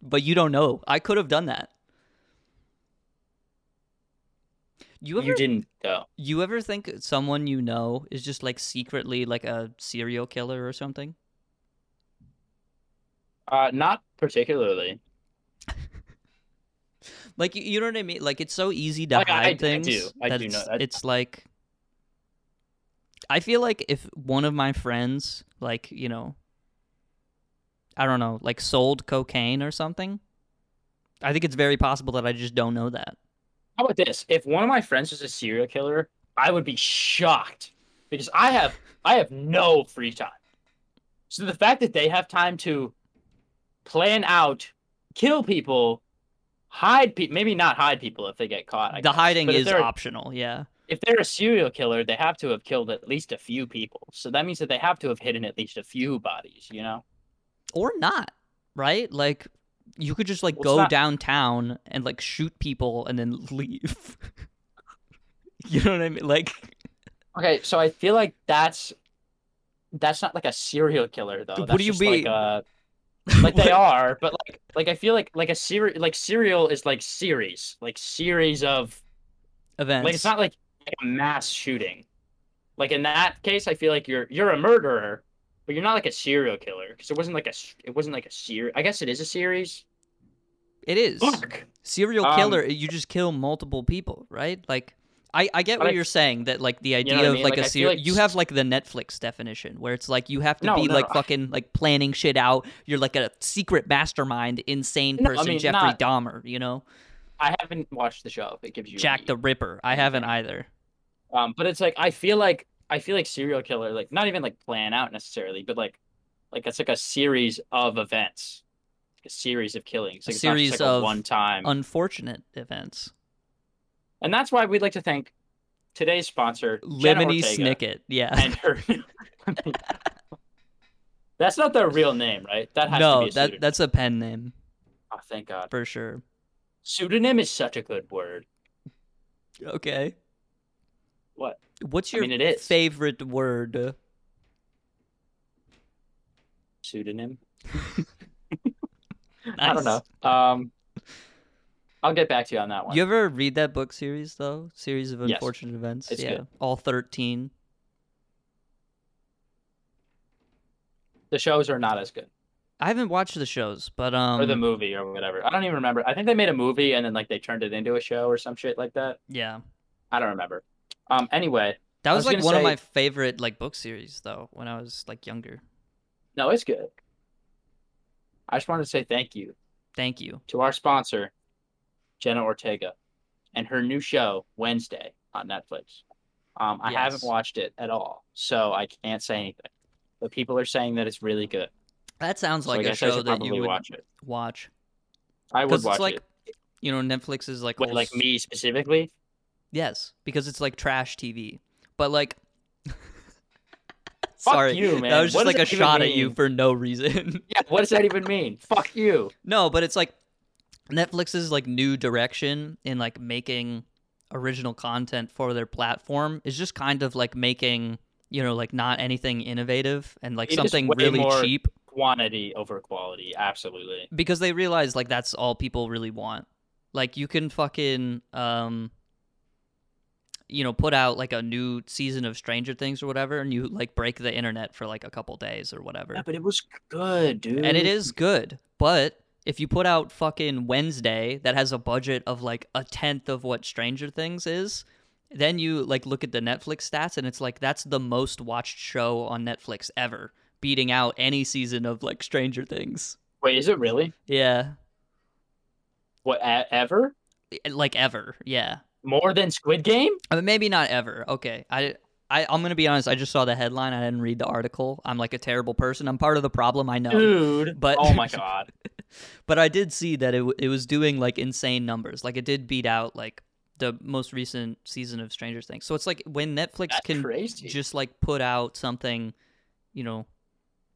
A: But you don't know. I could have done that. You ever
B: you
A: you,
B: didn't go.
A: ever think someone you know is just like secretly like a serial killer or something?
B: Uh, not particularly.
A: Like you, you know what I mean? Like it's so easy to
B: Like, I-
A: hide
B: I do- I
A: things.
B: do. I
A: that
B: do know-
A: it's,
B: I-
A: it's like I feel like if one of my friends like, you know, I don't know, like sold cocaine or something, I think it's very possible that I just don't know that.
B: How about this? If one of my friends was a serial killer, I would be shocked because I have I have no free time. So the fact that they have time to plan out, kill people, hide people, maybe not hide people if they get caught. I
A: the
B: guess.
A: hiding
B: But if
A: is
B: they're,
A: optional, yeah.
B: if they're a serial killer, they have to have killed at least a few people. So that means that they have to have hidden at least a few bodies. You know?
A: or not, right? Like you could just like
B: Well, it's
A: go
B: not-
A: downtown and like shoot people and then leave. you know what I mean? Like
B: Okay, so I feel like that's that's not like a serial killer though.
A: What
B: That's
A: do you
B: just
A: mean?
B: Like, a, like they are, but like like I feel like like a serial like serial is like series, like series of
A: events.
B: like it's not like, like a mass shooting. Like in that case, I feel like you're you're a murderer, but you're not like a serial killer because it wasn't like a s- it wasn't like a series. I guess it is a series.
A: It is.
B: Fuck.
A: Serial
B: Um,
A: killer, you just kill multiple people, right? Like I, I get
B: But
A: what
B: I-
A: you're saying that like the idea
B: know what I
A: of
B: mean?
A: like
B: Like, I
A: a
B: feel
A: serial
B: like
A: you
B: s-
A: have like the Netflix definition where it's like you have to
B: No,
A: be
B: no,
A: like
B: no, I-
A: fucking like planning shit out. You're like a secret mastermind, insane
B: No, I
A: person,
B: mean,
A: Jeffrey
B: not-
A: Dahmer, you know?
B: I haven't watched the show. It gives you
A: Jack the Ripper. I haven't either.
B: Um, but it's like I feel like I feel like serial killer, like not even like plan out necessarily, but like like it's like a series of events, a series of killings,
A: A
B: Like, it's not just,
A: series
B: like,
A: of
B: one time,
A: Unfortunate events.
B: and that's why we'd like to thank today's sponsor, Jenna
A: Lemony
B: Ortega
A: Snicket. Yeah.
B: and her. that's not their real name, right? That has to
A: no,
B: be a
A: that
B: pseudonym.
A: that's a pen name
B: Oh, thank God.
A: for sure.
B: Pseudonym is such a good word.
A: Okay.
B: What?
A: What's
B: I
A: your
B: mean, it is.
A: favorite word?
B: Pseudonym. I
A: Nice.
B: don't know. Um, I'll get back to you on that one.
A: You ever read that book series though? Series of
B: Yes.
A: unfortunate events.
B: It's
A: yeah,
B: good.
A: all thirteen.
B: the shows are not as good.
A: I haven't watched the shows, but um,
B: or the movie or whatever. I don't even remember. I think they made a movie and then like they turned it into a show or some shit like that.
A: yeah,
B: I don't remember. Um. Anyway,
A: that
B: I
A: was,
B: was
A: like
B: gonna
A: one of
B: say-
A: my favorite like book series though when I was like younger.
B: no, it's good. I just wanted to say thank you
A: Thank you.
B: to our sponsor, Jenna Ortega, and her new show Wednesday on Netflix. Um, I
A: Yes.
B: haven't watched it at all, so I can't say anything. But people are saying that it's really good.
A: That sounds
B: So I
A: like a
B: guess I
A: show
B: should
A: that
B: probably
A: you would
B: watch it.
A: watch
B: I would
A: because
B: watch
A: it's like
B: it.
A: you know Netflix is like
B: Wait,
A: old
B: like
A: s-
B: me specifically.
A: Yes, because it's like trash TV. But like,
B: Fuck
A: sorry,
B: you,
A: that
B: man.
A: was just
B: What does
A: like a
B: that even
A: shot at you
B: mean?
A: for no reason.
B: Yeah. What does that even mean? Fuck you.
A: No, but it's like Netflix's like new direction in like making original content for their platform is just kind of like making you know like not anything innovative and like
B: It is
A: something
B: way
A: really
B: more-
A: cheap
B: Quantity over quality. Absolutely.
A: because they realize like that's all people really want. Like you can fucking um you know put out like a new season of Stranger Things or whatever and you like break the internet for like a couple days or whatever.
B: Yeah, but it was good, dude.
A: and it is good. But if you put out fucking Wednesday that has a budget of like a tenth of what Stranger Things is, then you like look at the Netflix stats and it's like that's the most watched show on Netflix ever, beating out any season of like Stranger Things.
B: Wait, is it really?
A: Yeah,
B: What e- ever? eh,
A: like ever. Yeah,
B: More than Squid Game?
A: I mean, maybe not ever. Okay, I. I, I'm gonna be honest. I just saw the headline. I didn't read the article. I'm like a terrible person. I'm part of the problem. I know.
B: Dude.
A: but-
B: oh my god.
A: but I did see that it w- it was doing like insane numbers. Like it did beat out like the most recent season of Stranger Things. So it's like when Netflix
B: That's
A: can
B: crazy.
A: just like put out something, you know,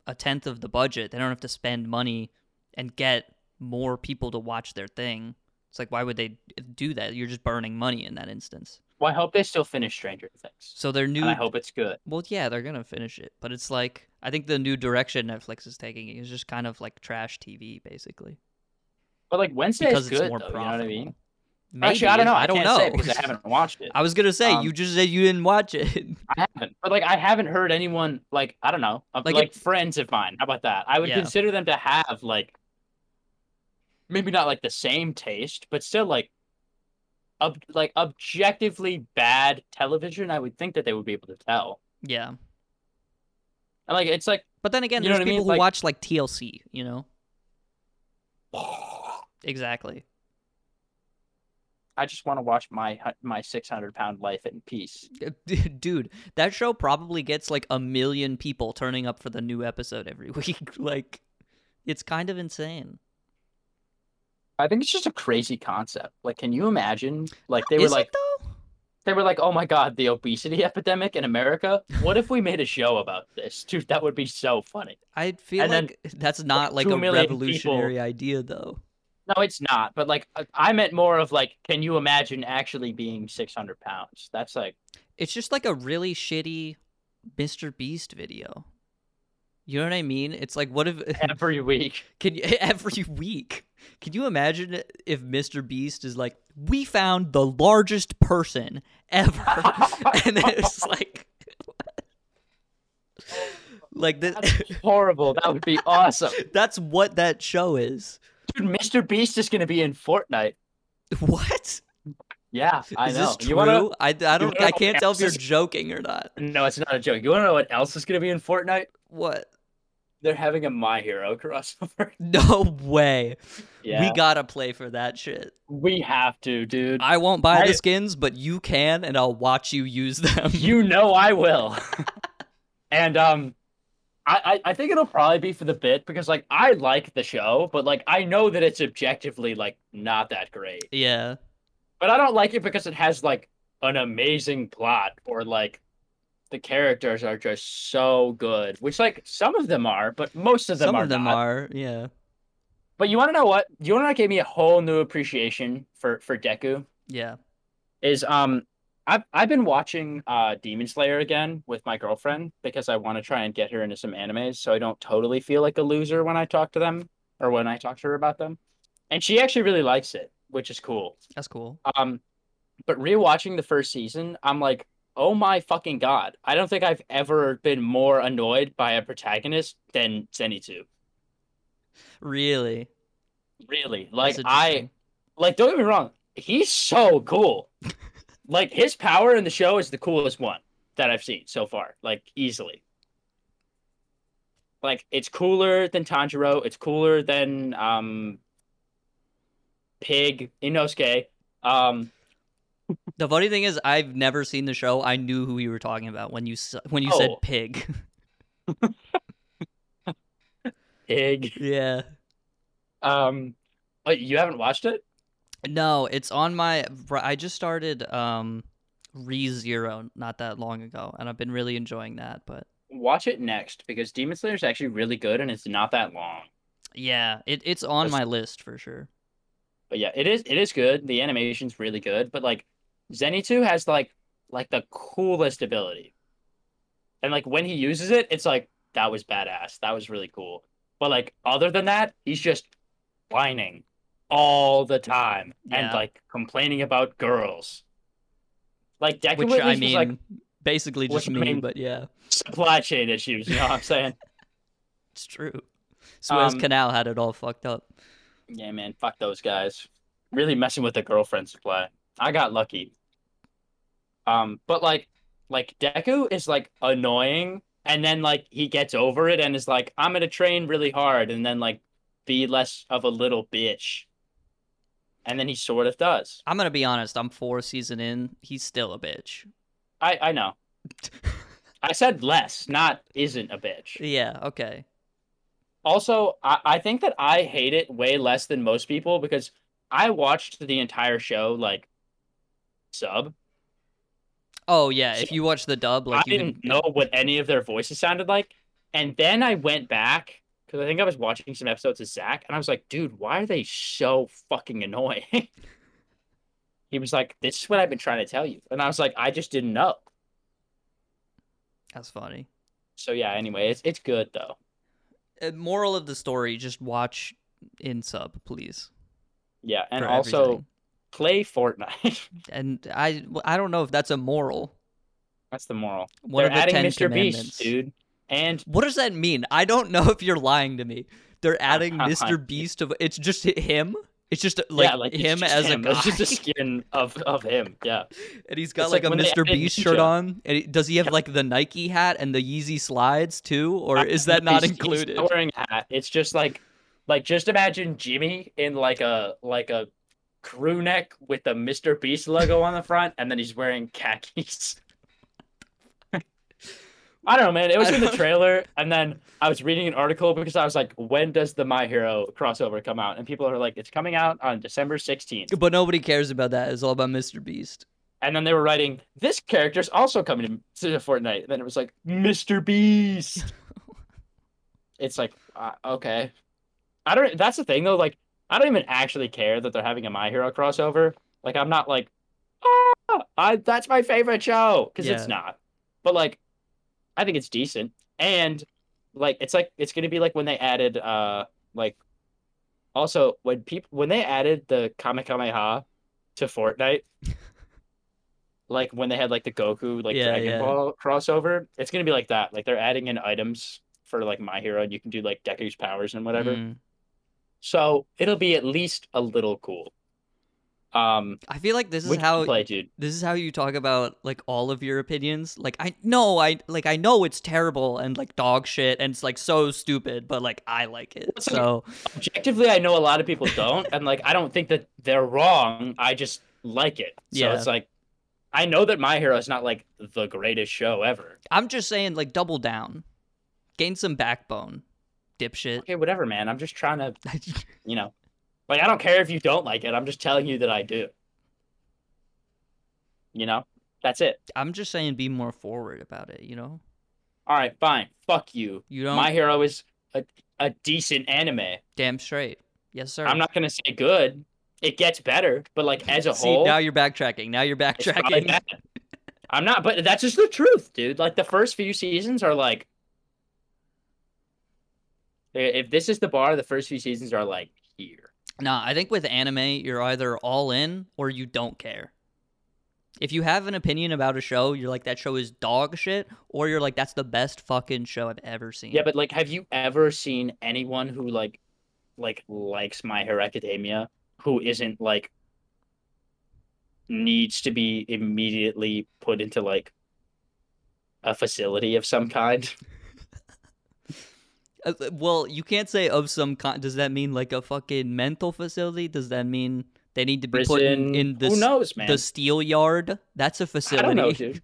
A: a tenth of the budget. They don't have to spend money and get more people to watch their thing. It's like why would they do that? You're just burning money in that instance.
B: well, I hope they still finish Stranger Things.
A: So their new
B: And I hope it's good.
A: well, yeah, they're gonna finish it, but it's like I think the new direction Netflix is taking is just kind of like trash TV, basically.
B: But like Wednesday
A: because
B: is
A: it's
B: good,
A: more
B: though, you know
A: profitable.
B: what I mean?
A: Maybe.
B: Actually, I don't know. I,
A: I don't
B: can't
A: know.
B: say because I haven't watched it.
A: I was gonna say
B: Um,
A: you just said you didn't watch it.
B: I haven't. But like I haven't heard anyone like I don't know of,
A: Like,
B: like,
A: if-
B: friends of mine. How about that? I would
A: Yeah.
B: consider them to have like maybe not like the same taste, but still like ob- like objectively bad television. I would think that they would be able to tell.
A: yeah,
B: And like it's like
A: but then again,
B: You know
A: there's
B: what I
A: people
B: mean?
A: who
B: Like-
A: watch like TLC. You know
B: I
A: exactly.
B: just want to watch my hu- my six hundred pound life in peace.
A: Dude, that show probably gets like a million people turning up for the new episode every week. like, it's kind of insane.
B: I think it's just a crazy concept. Like, can you imagine? Like they
A: Is
B: were
A: it
B: like
A: though?
B: they were like, "Oh my god, the obesity epidemic in America. What if we made a show about this, dude? That would be so funny."
A: I feel
B: and then,
A: like that's not like
B: two
A: a
B: million people-
A: revolutionary idea though.
B: No, it's not. But like, I- I meant more of like, can you imagine actually being six hundred pounds? That's like,
A: It's just like a really shitty Mr. Beast video. You know what I mean? It's like what if
B: every week.
A: Can you, every week? Can you imagine if Mr. Beast is like, we found the largest person ever, and then it's like, like this,
B: That's horrible. That would be awesome.
A: that's what that show is.
B: Dude, Mr. Beast is gonna be in Fortnite.
A: What?
B: Yeah, I
A: is
B: know.
A: this true?
B: You wanna?
A: I, I don't.
B: wanna
A: I
B: know
A: can't
B: what
A: tell if you're
B: else is-
A: joking or not.
B: No, it's not a joke. You wanna know what else is gonna be in Fortnite?
A: What?
B: They're having a My Hero crossover.
A: No way.
B: yeah,
A: We gotta play for that shit.
B: we have to, dude.
A: I won't buy
B: I-
A: the skins, but you can, and I'll watch you use them.
B: you know I will. and um I, I I think it'll probably be for the bit because like I like the show, but like I know that it's objectively like not that great.
A: yeah.
B: But I don't like it because it has like an amazing plot or like the characters are just so good, which like some of them are, but most of them
A: Some
B: are
A: of them
B: not.
A: are. Yeah.
B: But you want to know what? You want to give me a whole new appreciation for for Deku?
A: Yeah.
B: is um I've I've been watching uh Demon Slayer again with my girlfriend because I want to try and get her into some animes so I don't totally feel like a loser when I talk to them or when I talk to her about them. And she actually really likes it, which is cool.
A: That's cool.
B: Um but rewatching the first season, I'm like, "Oh my fucking god. I don't think I've ever been more annoyed by a protagonist than Zenitsu."
A: Really.
B: Really. Like
A: That's
B: I
A: interesting.
B: like don't get me wrong, he's so cool. like his power in the show is the coolest one that I've seen so far, like easily. Like it's cooler than Tanjiro, it's cooler than um Pig Inosuke. Um
A: The funny thing is, I've never seen the show. I knew who you were talking about when you s- when you said
B: Oh.
A: pig.
B: Pig.
A: yeah.
B: Um wait, you haven't watched it?
A: No, it's on my. I just started um Re Zero not that long ago, and I've been really enjoying that. But
B: Watch it next because Demon Slayer is actually really good and it's not that long.
A: yeah, it, it's on
B: That's-
A: my list for sure.
B: But yeah, it is it is good. The animation's really good, but like Zenitsu has like like the coolest ability. And like when he uses it, it's like that was badass. That was really cool. But like other than that, he's just whining all the time and
A: Yeah.
B: like complaining about girls. Like Deku
A: Which
B: Which,
A: I
B: was
A: mean,
B: like
A: basically
B: which
A: just
B: I
A: me.
B: mean-
A: But yeah,
B: supply chain issues, you know what I'm saying?
A: it's true. Suez
B: Um,
A: Canal had it all fucked up.
B: yeah, man, fuck those guys. Really messing with the girlfriend supply. I got lucky. Um, but like, like Deku is like annoying, and then like he gets over it and is like, I'm gonna train really hard, and then like be less of a little bitch. And then he sort of does.
A: I'm gonna be honest. I'm four season in. He's still a bitch.
B: I I know. I said less, not isn't a bitch.
A: Yeah. Okay.
B: Also, I, I think that I hate it way less than most people because I watched the entire show like sub.
A: Oh yeah. If
B: So,
A: you watch the dub, like
B: I
A: you
B: didn't
A: can,
B: know what any of their voices sounded like. And then I went back because I think I was watching some episodes of Zach, and I was like, dude, why are they so fucking annoying? he was like, this is what I've been trying to tell you. And I was like, I just didn't know.
A: that's funny.
B: So yeah, anyway, it's it's good though.
A: Uh, moral of the story: just watch in sub, please.
B: Yeah. And
A: for
B: also
A: everything.
B: play Fortnite.
A: and I, I don't know if that's a moral.
B: That's the moral.
A: One
B: They're
A: of the
B: adding
A: Ten
B: Mr.
A: Commandments.
B: Beast, dude. And
A: What does that mean? I don't know if you're lying to me. They're adding Mr. Beast to. It's just him. It's just like,
B: yeah, like it's
A: him
B: just
A: as
B: him.
A: a guy,
B: It's just a skin of of him. Yeah.
A: and he's got
B: it's
A: like, a
B: like when they
A: Mr.
B: added
A: Beast shirt
B: Ninja.
A: on. And he, does he have
B: Yeah.
A: like the Nike hat and the Yeezy slides too, or
B: Uh,
A: is that
B: no,
A: not
B: he's- he's
A: included?
B: not wearing a hat. It's just like, like just imagine Jimmy in like a like a crew neck with the Mr. Beast logo on the front, and then he's wearing khakis. I don't know, man. It was
A: I
B: in the
A: don't-
B: trailer, and then I was reading an article because I was like, "When does the My Hero crossover come out?" And people are like, "It's coming out on December 16th."
A: But nobody cares about that. It's all about Mr. Beast.
B: And then they were writing, "This character's also coming to to Fortnite." And then it was like, "Mr. Beast." it's like, uh, okay, I don't. That's the thing though. Like, I don't even actually care that they're having a My Hero crossover. Like, I'm not like, ah, I, that's my favorite show because
A: Yeah.
B: it's not. But like, I think it's decent, and like, it's like it's gonna be like when they added, uh, like, also when people when they added the Kamehameha to Fortnite like when they had like the Goku like
A: Yeah,
B: Dragon
A: yeah.
B: Ball crossover, it's gonna be like that. Like they're adding in items for like My Hero, and you can do like Deku's powers and whatever.
A: Mm.
B: So it'll be at least a little cool. Um,
A: I feel like this is
B: which
A: how
B: play, dude?
A: this is how you talk about like all of your opinions. Like I know I like I know it's terrible and like dog shit and it's like so stupid, but like I like it.
B: What's the-
A: So
B: Objectively, I know a lot of people don't, and like I don't think that they're wrong. I just like it. So
A: Yeah.
B: it's like I know that My Hero is not like the greatest show ever.
A: I'm just saying like double down. Gain some backbone, dipshit.
B: Okay, whatever, man. I'm just trying to, you know, like I don't care if you don't like it. I'm just telling you that I do. You know, that's it.
A: I'm just saying be more forward about it, you know?
B: All right, fine. Fuck you.
A: You don't
B: My Hero is a, a decent anime.
A: damn straight. Yes, sir.
B: I'm not gonna say good. It gets better, but like as a
A: See,
B: whole,
A: now you're backtracking. Now you're
B: it's probably
A: backtracking.
B: bad. I'm not, but that's just the truth, dude. Like the first few seasons are like, if this is the bar, the first few seasons are like here.
A: Nah, I think with anime, you're either all in or you don't care. If you have an opinion about a show, you're like, that show is dog shit, or you're like, that's the best fucking show I've ever seen.
B: Yeah, but like, have you ever seen anyone who like, like likes My Hero Academia who isn't like needs to be immediately put into like a facility of some kind?
A: Uh, uh, well, you can't say of some kind. Does that mean like a fucking mental facility? Does that mean they need to be put in,
B: Prison?
A: in the,
B: who
A: s-
B: knows, man?
A: the steel yard? That's a facility.
B: I don't know, dude.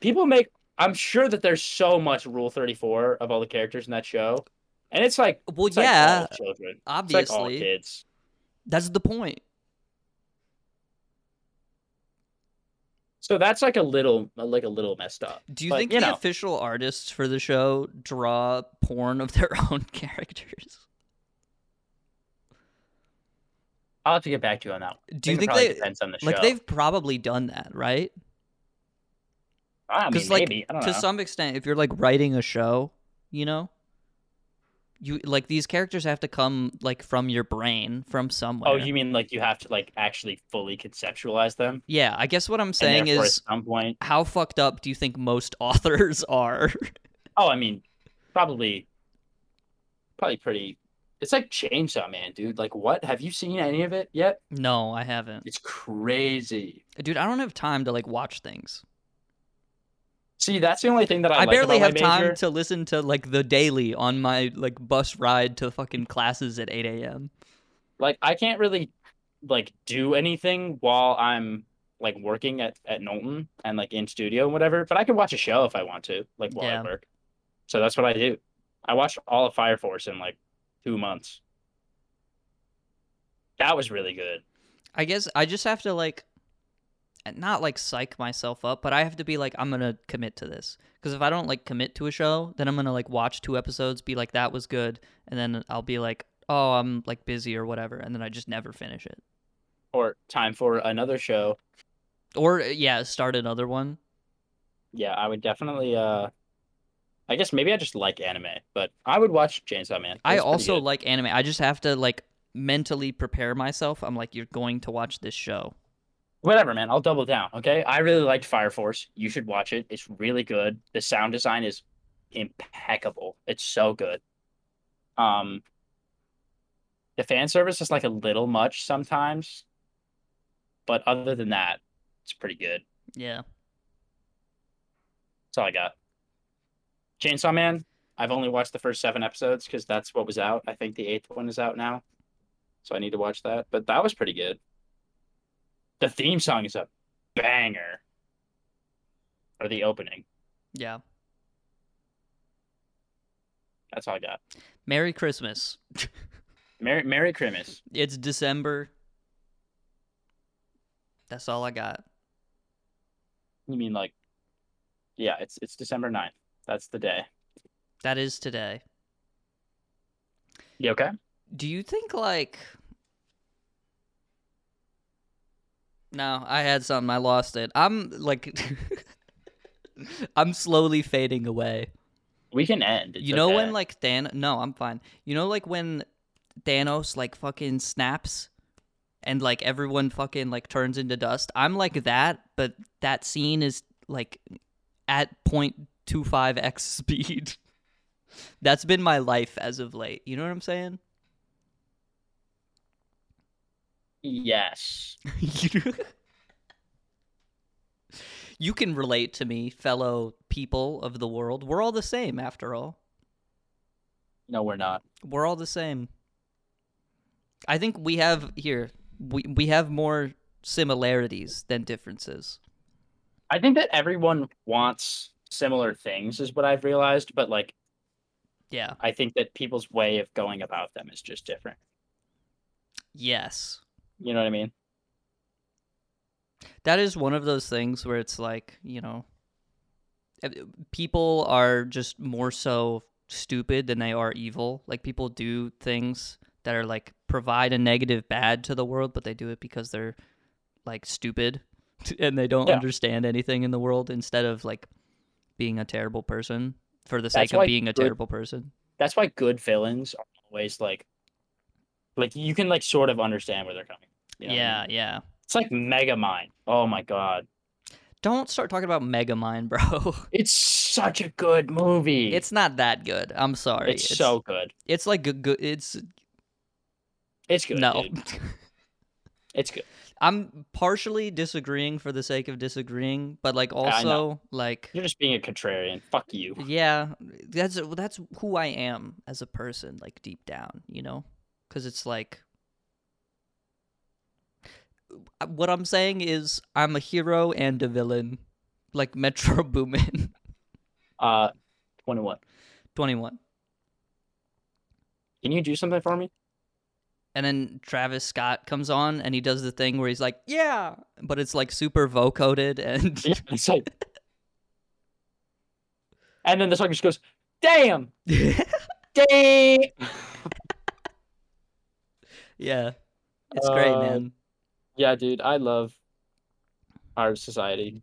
B: People make. I'm sure that there's so much Rule 34 of all the characters in that show, and it's like,
A: Well,
B: it's
A: yeah,
B: like all children, it's like all
A: obviously.
B: kids.
A: that's the point.
B: So that's like a little, like a little messed up.
A: Do you
B: But,
A: think
B: you
A: the
B: know.
A: official artists for the show draw porn of their own characters?
B: I'll have to get back to you on that. One.
A: Do you
B: it
A: think
B: probably
A: they
B: depends on the show?
A: like they've probably done that, right?
B: I mean,
A: 'cause, like,
B: maybe I don't
A: To
B: know.
A: some extent, if you're like writing a show, you know, you like these characters have to come like from your brain from somewhere.
B: oh, you mean like you have to like actually fully conceptualize them?
A: Yeah, I guess what I'm
B: and
A: saying
B: therefore
A: is
B: at some point.
A: how fucked up do you think most authors are?
B: Oh, I mean, probably, probably pretty. It's like Chainsaw Man, dude. Like, what? Have you seen any of it yet?
A: no, I haven't.
B: It's crazy.
A: Dude, I don't have time to like watch things.
B: See, that's the only thing that I,
A: I,
B: like
A: barely have
B: about my
A: time
B: major.
A: to listen to like the daily on my like bus ride to fucking classes at 8 a.m.
B: Like, I can't really like do anything while I'm like working at at Knowlton and like in studio and whatever. But I can watch a show if I want to, like while
A: Yeah.
B: I work. So that's what I do. I watched all of Fire Force in like two months. That was really good.
A: I guess I just have to like and not like psych myself up, but I have to be like I'm going to commit to this. Cuz if I don't like commit to a show, then I'm going to like watch two episodes, be like that was good, and then I'll be like oh, I'm like busy or whatever, and then I just never finish it.
B: Or time for another show.
A: Or uh, yeah, start another one.
B: Yeah, I would definitely. uh I guess maybe I just like anime, but I would watch Chainsaw Man. It
A: I
B: was pretty
A: also
B: good.
A: like anime. I just have to like mentally prepare myself. I'm like, you're going to watch this show.
B: Whatever, man. I'll double down. Okay. I really liked Fire Force. You should watch it. It's really good. The sound design is impeccable. It's so good. Um, the fan service is like a little much sometimes, but other than that, it's pretty good.
A: Yeah.
B: That's all I got. Chainsaw Man. I've only watched the first seven episodes because that's what was out. I think the eighth one is out now, so I need to watch that. But that was pretty good. The theme song is a banger, or the opening.
A: Yeah.
B: That's all I got.
A: Merry Christmas.
B: Merry Merry Christmas.
A: It's December. That's all I got.
B: You mean like, yeah? It's it's December 9th. That's the day.
A: That is today.
B: You okay?
A: Do you think like No, I had something, I lost it. I'm like I'm slowly fading away.
B: We can end. It's
A: you know when
B: okay.
A: like Dan? No, I'm fine. You know like when Thanos like fucking snaps, and like everyone fucking like turns into dust. I'm like that, but that scene is like at 0.25 x speed. That's been my life as of late. You know what I'm saying?
B: Yes.
A: You- you can relate to me, fellow people of the world. We're all the same, after all.
B: No, we're not.
A: We're all the same. I think we have here we we have more similarities than differences.
B: I think that everyone wants similar things, is what I've realized. But like,
A: Yeah.
B: I think that people's way of going about them is just different.
A: Yes.
B: You know what I mean?
A: That is one of those things where it's like, you know, eh, people are just more so stupid than they are evil. Like people do things that are like provide a negative bad to the world, but they do it because they're like stupid and they don't
B: Yeah.
A: understand anything in the world instead of like being a terrible person for the
B: That's
A: sake of
B: why
A: being a
B: good-
A: terrible person.
B: That's why good villains are always like, like you can like sort of understand where they're coming. from, you know what I mean?
A: yeah, yeah.
B: It's like Megamind. Oh my god.
A: Don't start talking about Megamind, bro.
B: It's such a good movie.
A: it's not that good. I'm sorry.
B: it's, so good.
A: it's like a good it's
B: It's good.
A: no.
B: dude. It's good.
A: I'm partially disagreeing for the sake of disagreeing, but like
B: I know.
A: also like
B: You're just being a contrarian. Fuck you.
A: yeah, that's that's who I am as a person like deep down, you know? Cuz it's like what I'm saying is I'm a hero and a villain like Metro Boomin
B: Uh 21.
A: 21.
B: Can you do something for me?
A: And then Travis Scott comes on and he does the thing where he's like, "Yeah," but it's like super vocoded and
B: Yeah. It's like And then the song just goes, damn, damn.
A: yeah. It's great,
B: Uh,
A: man.
B: Yeah, dude, I love our society.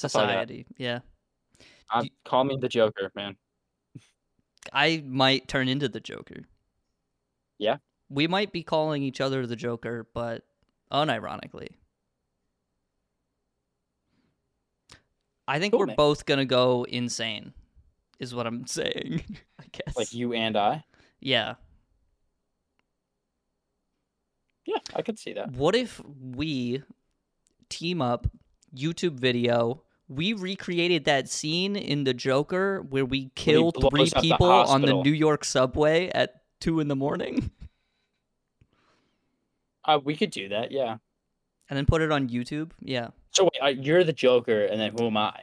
B: that's all I got.
A: Society. Yeah.
B: I, Uh, call me the Joker, man.
A: I might turn into the Joker.
B: Yeah.
A: We might be calling each other the Joker, but unironically. I think
B: Cool,
A: we're
B: man.
A: both going to go insane, is what I'm saying, I guess.
B: Like you and I.
A: yeah.
B: Yeah, I could see that.
A: What if we team up YouTube video? We recreated that scene in the Joker where we kill
B: blows
A: three
B: up the
A: people on the
B: hospital.
A: New York subway at two in the morning
B: Uh, we could do that, yeah.
A: and then put it on YouTube. Yeah.
B: So wait, uh, you're the Joker, and then who am I?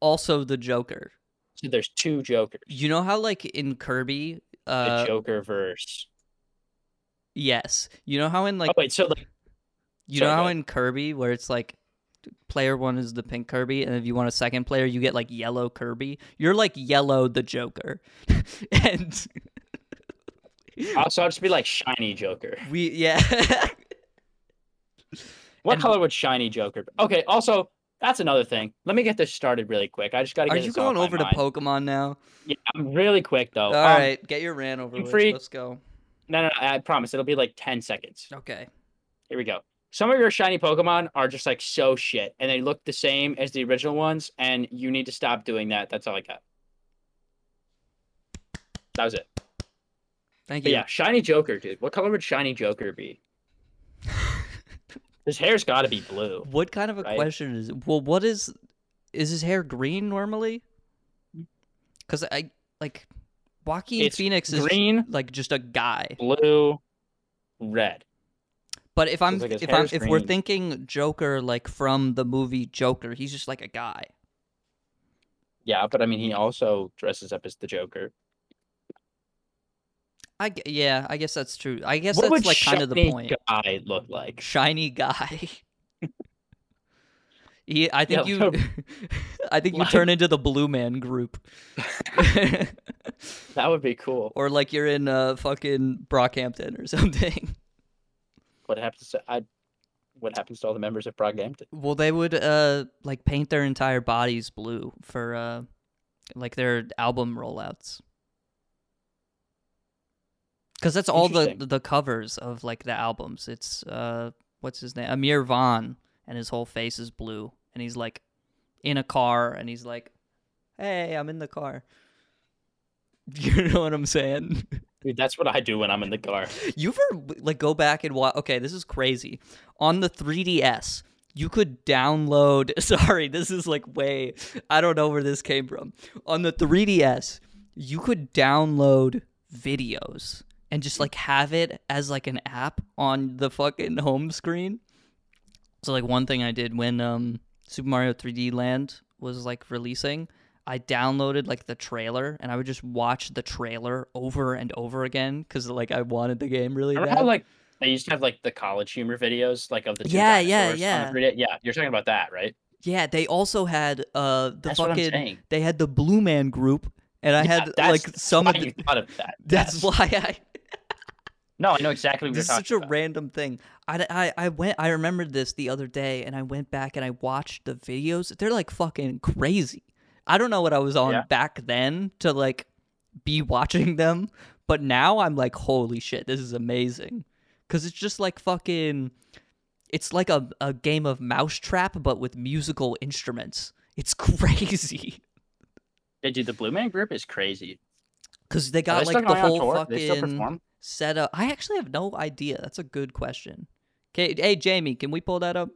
A: Also, the Joker.
B: So there's two Jokers.
A: You know how, like, in Kirby,
B: The
A: uh,
B: Joker verse.
A: yes. You know how in, like,
B: oh wait, so like
A: you
B: sorry,
A: know
B: go
A: how
B: ahead.
A: in Kirby where it's like player one is the pink Kirby, and if you want a second player, you get like yellow Kirby. You're like yellow the Joker, and
B: also I'll just be like shiny Joker.
A: we yeah.
B: What
A: And-
B: color would shiny Joker? Be? Okay, also that's another thing. Let me get this started really quick. I just got to.
A: Are you going over to Pokemon now?
B: Yeah, I'm really quick though.
A: All
B: All
A: right, get your rant over
B: Winfrey-
A: with. Let's go.
B: No, no, no, I promise it'll be like ten seconds.
A: Okay.
B: Here we go. Some of your shiny Pokemon are just like so shit, and they look the same as the original ones, and you need to stop doing that. That's all I got. That was it.
A: Thank
B: But
A: you.
B: yeah, shiny Joker, dude. What color would shiny Joker be? His hair's got to be blue.
A: What kind of a
B: Right.
A: question is? it? Well, what is? Is his hair green normally? Because I like Joaquin
B: It's
A: Phoenix is
B: Green,
A: like just a guy.
B: blue, red.
A: But if I'm
B: like his
A: if I'm
B: hair's
A: if we're
B: green.
A: thinking Joker like from the movie Joker, he's just like a guy.
B: Yeah, but I mean, he also dresses up as the Joker.
A: I gue- yeah, I guess that's true. I guess
B: what
A: that's
B: would
A: like kind of the
B: shiny
A: point.
B: guy look like?
A: Shiny guy. he, I think
B: Yeah,
A: you, I think you
B: like-
A: turn into the Blue Man Group,
B: That would be cool.
A: or like you're in uh fucking Brockhampton or something.
B: What happens to I? What happens to all the members of Brockhampton?
A: Well, they would uh like paint their entire bodies blue for uh like their album rollouts. Cuz that's all the
B: Interesting.
A: the covers of like the albums. It's uh what's his name? Amir Vaughn and his whole face is blue and he's like in a car and he's like, "Hey, I'm in the car." You know what I'm saying?
B: Dude, that's what I do when I'm in the car.
A: You ever like go back and watch? Okay, this is crazy. On the 3DS, you could download. Sorry, this is like way. I don't know where this came from. On the 3DS, you could download videos and just like have it as like an app on the fucking home screen. So like one thing I did when um Super Mario 3D Land was like releasing, I downloaded like the trailer and I would just watch the trailer over and over again because like I wanted the game really
B: Remember
A: bad.
B: how like they used to have like the college humor videos, like of the two
A: Yeah, yeah,
B: dinosaurs on the
A: yeah.
B: 3D? yeah. You're talking about that, right?
A: yeah, they also had uh the
B: that's what I'm
A: fucking
B: saying.
A: they had the Blue Man group and I
B: Yeah,
A: had
B: that's-
A: like
B: that's
A: some
B: why
A: of the,
B: you thought of that.
A: that's
B: Yes.
A: why I
B: no, I know exactly what you're
A: this is
B: talking
A: such a
B: about.
A: random thing. I, I I went I remembered this the other day and I went back and I watched the videos. They're like fucking crazy. I don't know what I was on
B: Yeah.
A: back then to like be watching them, but now I'm like holy shit, this is amazing. Cuz it's just like fucking it's like a a game of mousetrap but with musical instruments. It's crazy.
B: Yeah, dude, the Blue Man Group is crazy.
A: Cuz they
B: Are
A: got
B: they
A: like
B: still
A: the
B: going on
A: whole
B: tour?
A: fucking
B: They still perform?
A: set up. I actually have no idea. That's a good question. Okay, hey Jamie, can we pull that up?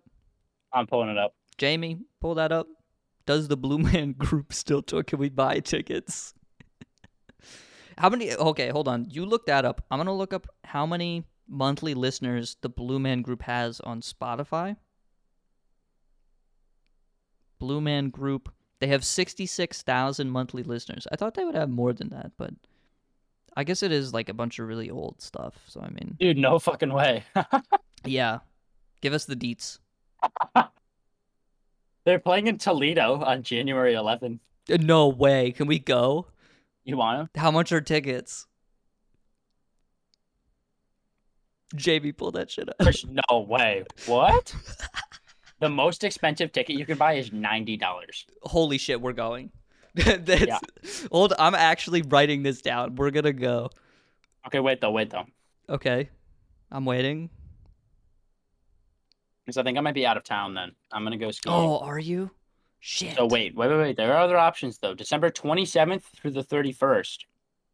B: I'm pulling it up.
A: Jamie, pull that up. Does the Blue Man Group still tour? Can we buy tickets? how many? Okay, hold on. You look that up. I'm gonna look up how many monthly listeners the Blue Man Group has on Spotify. Blue Man Group. They have 66,000 monthly listeners. I thought they would have more than that, but I guess it is like a bunch of really old stuff. So I mean,
B: Dude, no fucking way.
A: yeah. Give us the deets.
B: They're playing in Toledo on January 11th.
A: Uh, No way. Can we go?
B: You want
A: How much are tickets? Jamie, pull that shit up.
B: to? There's no way. What? the most expensive ticket you can buy is $90.
A: Holy shit, we're going. That's, Hold, I'm actually writing this down. We're gonna go.
B: Okay, wait though, wait though.
A: Okay, I'm waiting.
B: Because I think I might be out of town then. I'm going to go skiing.
A: Oh, are you? Shit.
B: So wait, wait, wait, wait. There are other options though. December 27th through the 31st,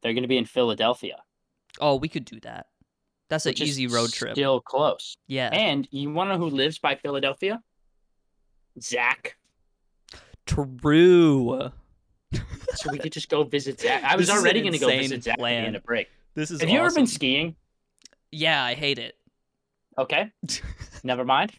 B: they're going to be in Philadelphia.
A: Oh, we could do that. That's an
B: which is
A: easy road trip.
B: Still Eh. close.
A: yeah.
B: And you want to know who lives by Philadelphia? Zach.
A: True.
B: So we could just go visit Zach. I was
A: This is an
B: already going to go
A: insane
B: visit Zach at the
A: plan.
B: end of break.
A: This is.
B: Have you ever
A: awesome.
B: been skiing?
A: Yeah, I hate it.
B: Okay. Never mind.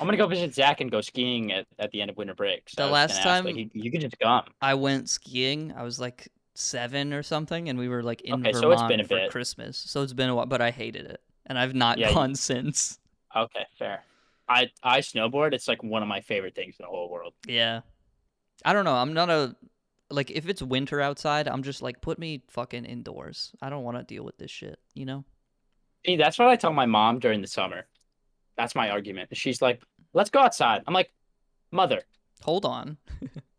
B: I'm gonna go visit Zach and go skiing at, at the end of winter break.
A: The
B: So I was
A: last
B: gonna ask,
A: time-
B: like, you, you could just come.
A: I went skiing. I was like seven or something, and we were like in
B: Okay,
A: Vermont
B: so it's been a
A: for
B: bit.
A: Christmas. So it's been a while, but I hated it, and I've not
B: Yeah, you-
A: gone since.
B: Okay, fair. I I snowboard. It's like one of my favorite things in the whole world.
A: Yeah, I don't know. I'm not a like if it's winter outside, I'm just like put me fucking indoors. I don't want to deal with this shit. You know?
B: See, that's what I tell my mom during the summer. That's my argument. She's like, "Let's go outside." I'm like, "Mother,
A: Hold on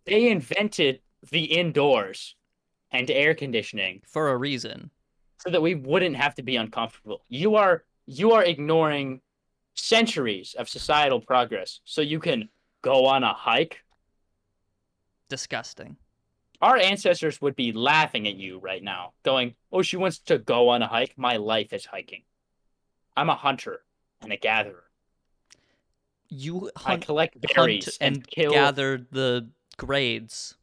B: they invented the indoors and air conditioning
A: for a reason.
B: so that we wouldn't have to be uncomfortable. You are you are ignoring centuries of societal progress so you can go on a hike.
A: Disgusting.
B: Our ancestors would be laughing at you right now, going, "Oh, she wants to go on a hike. My life is hiking. I'm a hunter and a gatherer.
A: You
B: I
A: hunt,
B: collect
A: hunt
B: berries
A: and,
B: and, kill
A: gather the grades.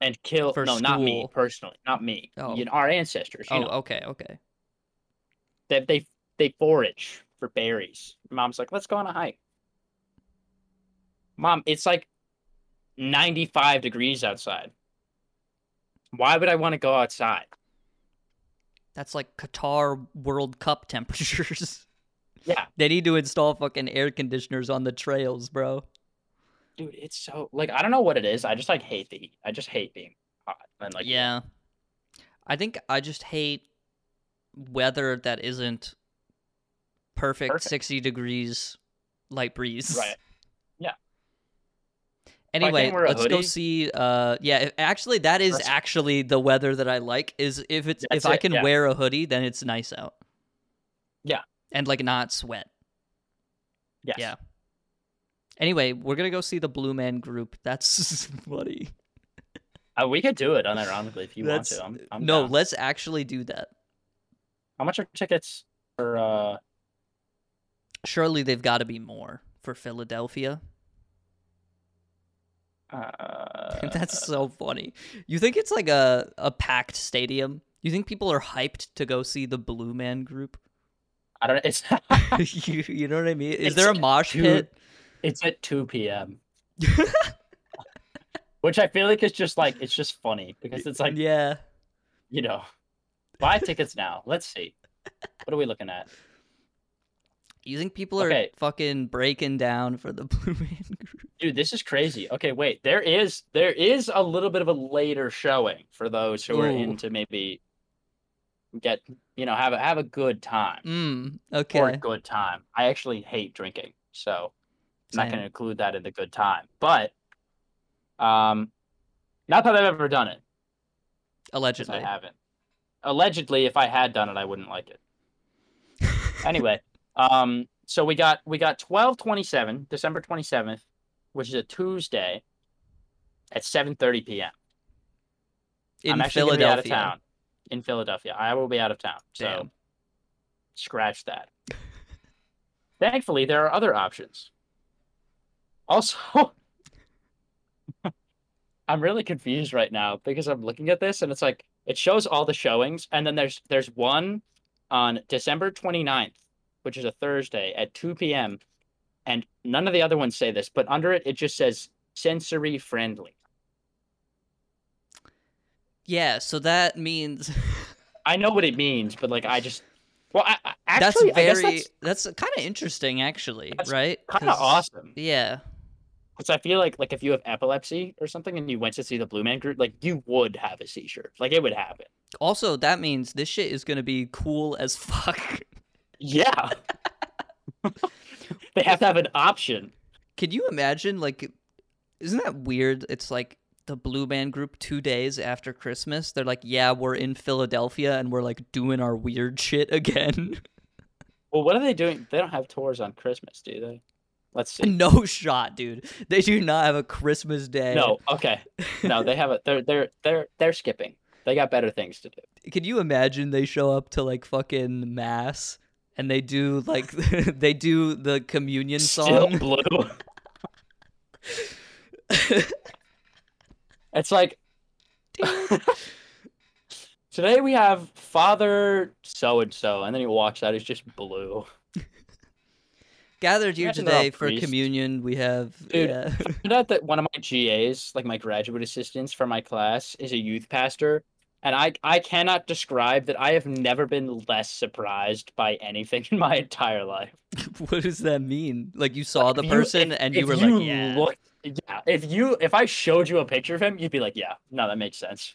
B: and kill.
A: for
B: no, not me
A: school.
B: personally, not me.
A: Oh.
B: You know, our ancestors. You
A: Oh,
B: know,
A: okay, okay.
B: they they they forage for berries. Mom's like, let's go on a hike. Mom, it's like 95 degrees outside. Why would I want to go outside?
A: That's like Qatar World Cup temperatures.
B: Yeah.
A: They need to install fucking air conditioners on the trails, bro.
B: Dude, it's so like I don't know what it is. I just like hate the heat. I just hate being hot. And like
A: yeah. I think I just hate weather that isn't perfect,
B: Perfect.
A: 60 degrees light breeze.
B: right. I can't
A: Anyway,
B: wear a
A: let's go
B: hoodie.
A: see uh yeah, if- actually that is
B: That's-
A: actually the weather that I like is if it's
B: That's
A: if I
B: it,
A: can
B: yeah.
A: wear a hoodie then it's nice out.
B: Yeah.
A: And like not sweat.
B: Yes.
A: Yeah. Anyway, we're going to go see the Blue Man Group. That's funny.
B: Uh, we could do it unironically if you want
A: That's-
B: to. I'm, I'm
A: no,
B: down.
A: let's actually do that.
B: How much are tickets for? uh
A: Surely they've got to be more for Philadelphia.
B: uh
A: That's so funny. You think it's like a, a packed stadium? You think people are hyped to go see the Blue Man Group?
B: I don't. It's
A: you, you know what I mean? Is
B: It's-
A: there a mosh
B: dude,
A: pit?
B: it's at two p.m. Which I feel like is just like it's just funny because it's like
A: yeah.
B: you know, buy tickets now. Let's see. What are we looking at?
A: You think people are
B: Okay.
A: fucking breaking down for the Blue Man Group?
B: Dude, this is crazy. Okay, wait. There is there is a little bit of a later showing for those who are
A: Ooh.
B: into maybe get you know have a have a good time
A: Mm,
B: or a
A: okay.
B: good time. I actually hate drinking, so I'm not
A: Same.
B: going to include that in the good time. But um, not that I've ever done it because I
A: Allegedly.
B: haven't. Allegedly, if I had done it, I wouldn't like it. anyway, um, so we got we got twelve twenty seven, December twenty seventh, which is a Tuesday at seven thirty p.m.
A: In
B: I'm actually gonna be
A: Philadelphia.
B: out of town. In Philadelphia, I will be out of town. So
A: Damn.
B: scratch that. Thankfully, there are other options. Also, I'm really confused right now because I'm looking at this and it's like it shows all the showings and then there's there's one on December 29th, which is a Thursday at 2 p.m. and none of the other ones say this, but under it it just says sensory friendly.
A: Yeah, so that means
B: I know what it means, but like I just well, I, I-
A: that's
B: actually I guess
A: very that's,
B: that's
A: kind of interesting actually,
B: That's
A: right?
B: kind of
A: 'Cause-
B: awesome.
A: Yeah.
B: Because I feel like like if you have epilepsy or something and you went to see the Blue Man Group, like you would have a seizure. Like it would happen.
A: Also, that means this shit is going to be cool as fuck.
B: Yeah. they have to have an option.
A: Can you imagine like isn't that weird? It's like the Blue Man Group 2 days after Christmas. They're like, "Yeah, we're in Philadelphia and we're like doing our weird shit again."
B: Well, what are they doing? They don't have tours on Christmas, do they? Let's see.
A: no shot, dude. They do not have a Christmas day.
B: No, okay. No, they have a they're they're they're they're skipping. They got better things to do.
A: Can you imagine they show up to like fucking mass and they do like they do the communion
B: Still
A: song?
B: blue. it's like today we have Father so and so, and then he walks out. He's just blue.
A: Gathered here
B: Imagine they're all
A: today for
B: priests.
A: communion, we have
B: Dude.
A: yeah.
B: Found out that one of my GAs, like my graduate assistants for my class, is a youth pastor, and I I cannot describe that. I have never been less surprised by anything in my entire life.
A: what does that mean? Like you saw the
B: If you-
A: person
B: if-
A: and you
B: if
A: were like, yeah.
B: looked- yeah. If you if I showed you a picture of him, you'd be like, yeah, no, that makes sense.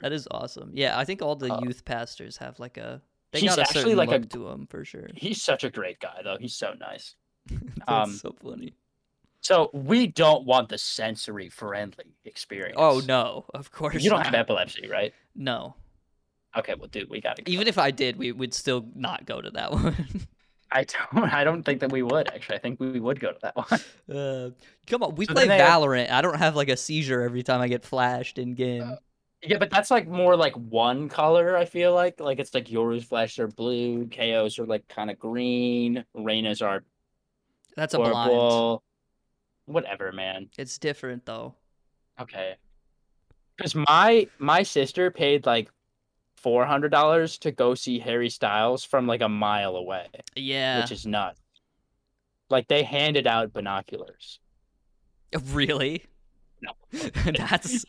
A: That is awesome. Yeah, I think all the
B: Uh,
A: youth pastors have like a they
B: he's
A: got a
B: actually
A: certain
B: like a
A: look
B: g-
A: to them for sure.
B: He's such a great guy, though. He's so nice.
A: That's
B: Um,
A: so funny.
B: So we don't want the sensory friendly experience.
A: Oh no, of course
B: You don't
A: not.
B: have epilepsy, right?
A: No,
B: Okay, well, dude, we gotta. Go.
A: even if I did, we would still not go to that one.
B: I don't, I don't think that we would actually. I think we would go to that one.
A: uh, come on, we
B: So
A: play
B: then they have-
A: Valorant. I don't have like a seizure every time I get flashed in
B: Uh,
A: game.
B: Yeah, but that's like more like one color. I feel like like it's like Yoru's flashes are blue, Ko's are like kind of green, Reina's are
A: That's a blind.
B: purple. Whatever, man.
A: It's different though.
B: Okay. Because my my sister paid like four hundred dollars to go see Harry Styles from like a mile away,
A: Yeah,
B: which is nuts. Like they handed out binoculars,
A: really.
B: No.
A: That's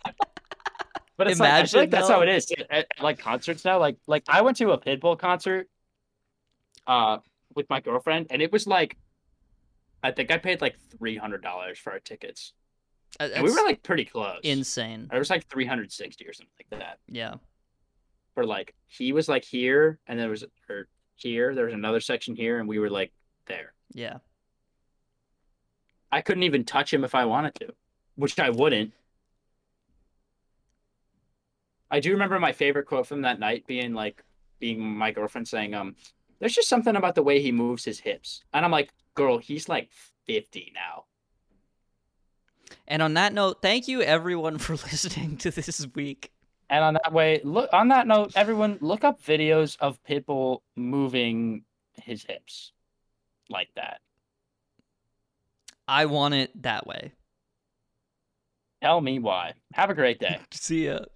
B: but it's like, I feel
A: Imagine,
B: like that's how
A: though.
B: it is at, at, like concerts now. Like like I went to a Pitbull concert, uh, with my girlfriend, and it was like, I think I paid like three hundred dollars for our tickets, and we
A: that's
B: were like pretty close.
A: insane.
B: it was like three hundred sixty or something like that.
A: Yeah.
B: for like he was like here and there was or here there was another section here and we were like there
A: Yeah.
B: i couldn't even touch him if i wanted to which i wouldn't i do remember my favorite quote from that night being like being my girlfriend saying um there's just something about the way he moves his hips and i'm like girl he's like 50 now
A: And on that note, thank you everyone for listening to this week.
B: And on that way, look on that note, everyone look up videos of Pitbull moving his hips like that.
A: I want it that way.
B: Tell me why. Have a great day.
A: See ya.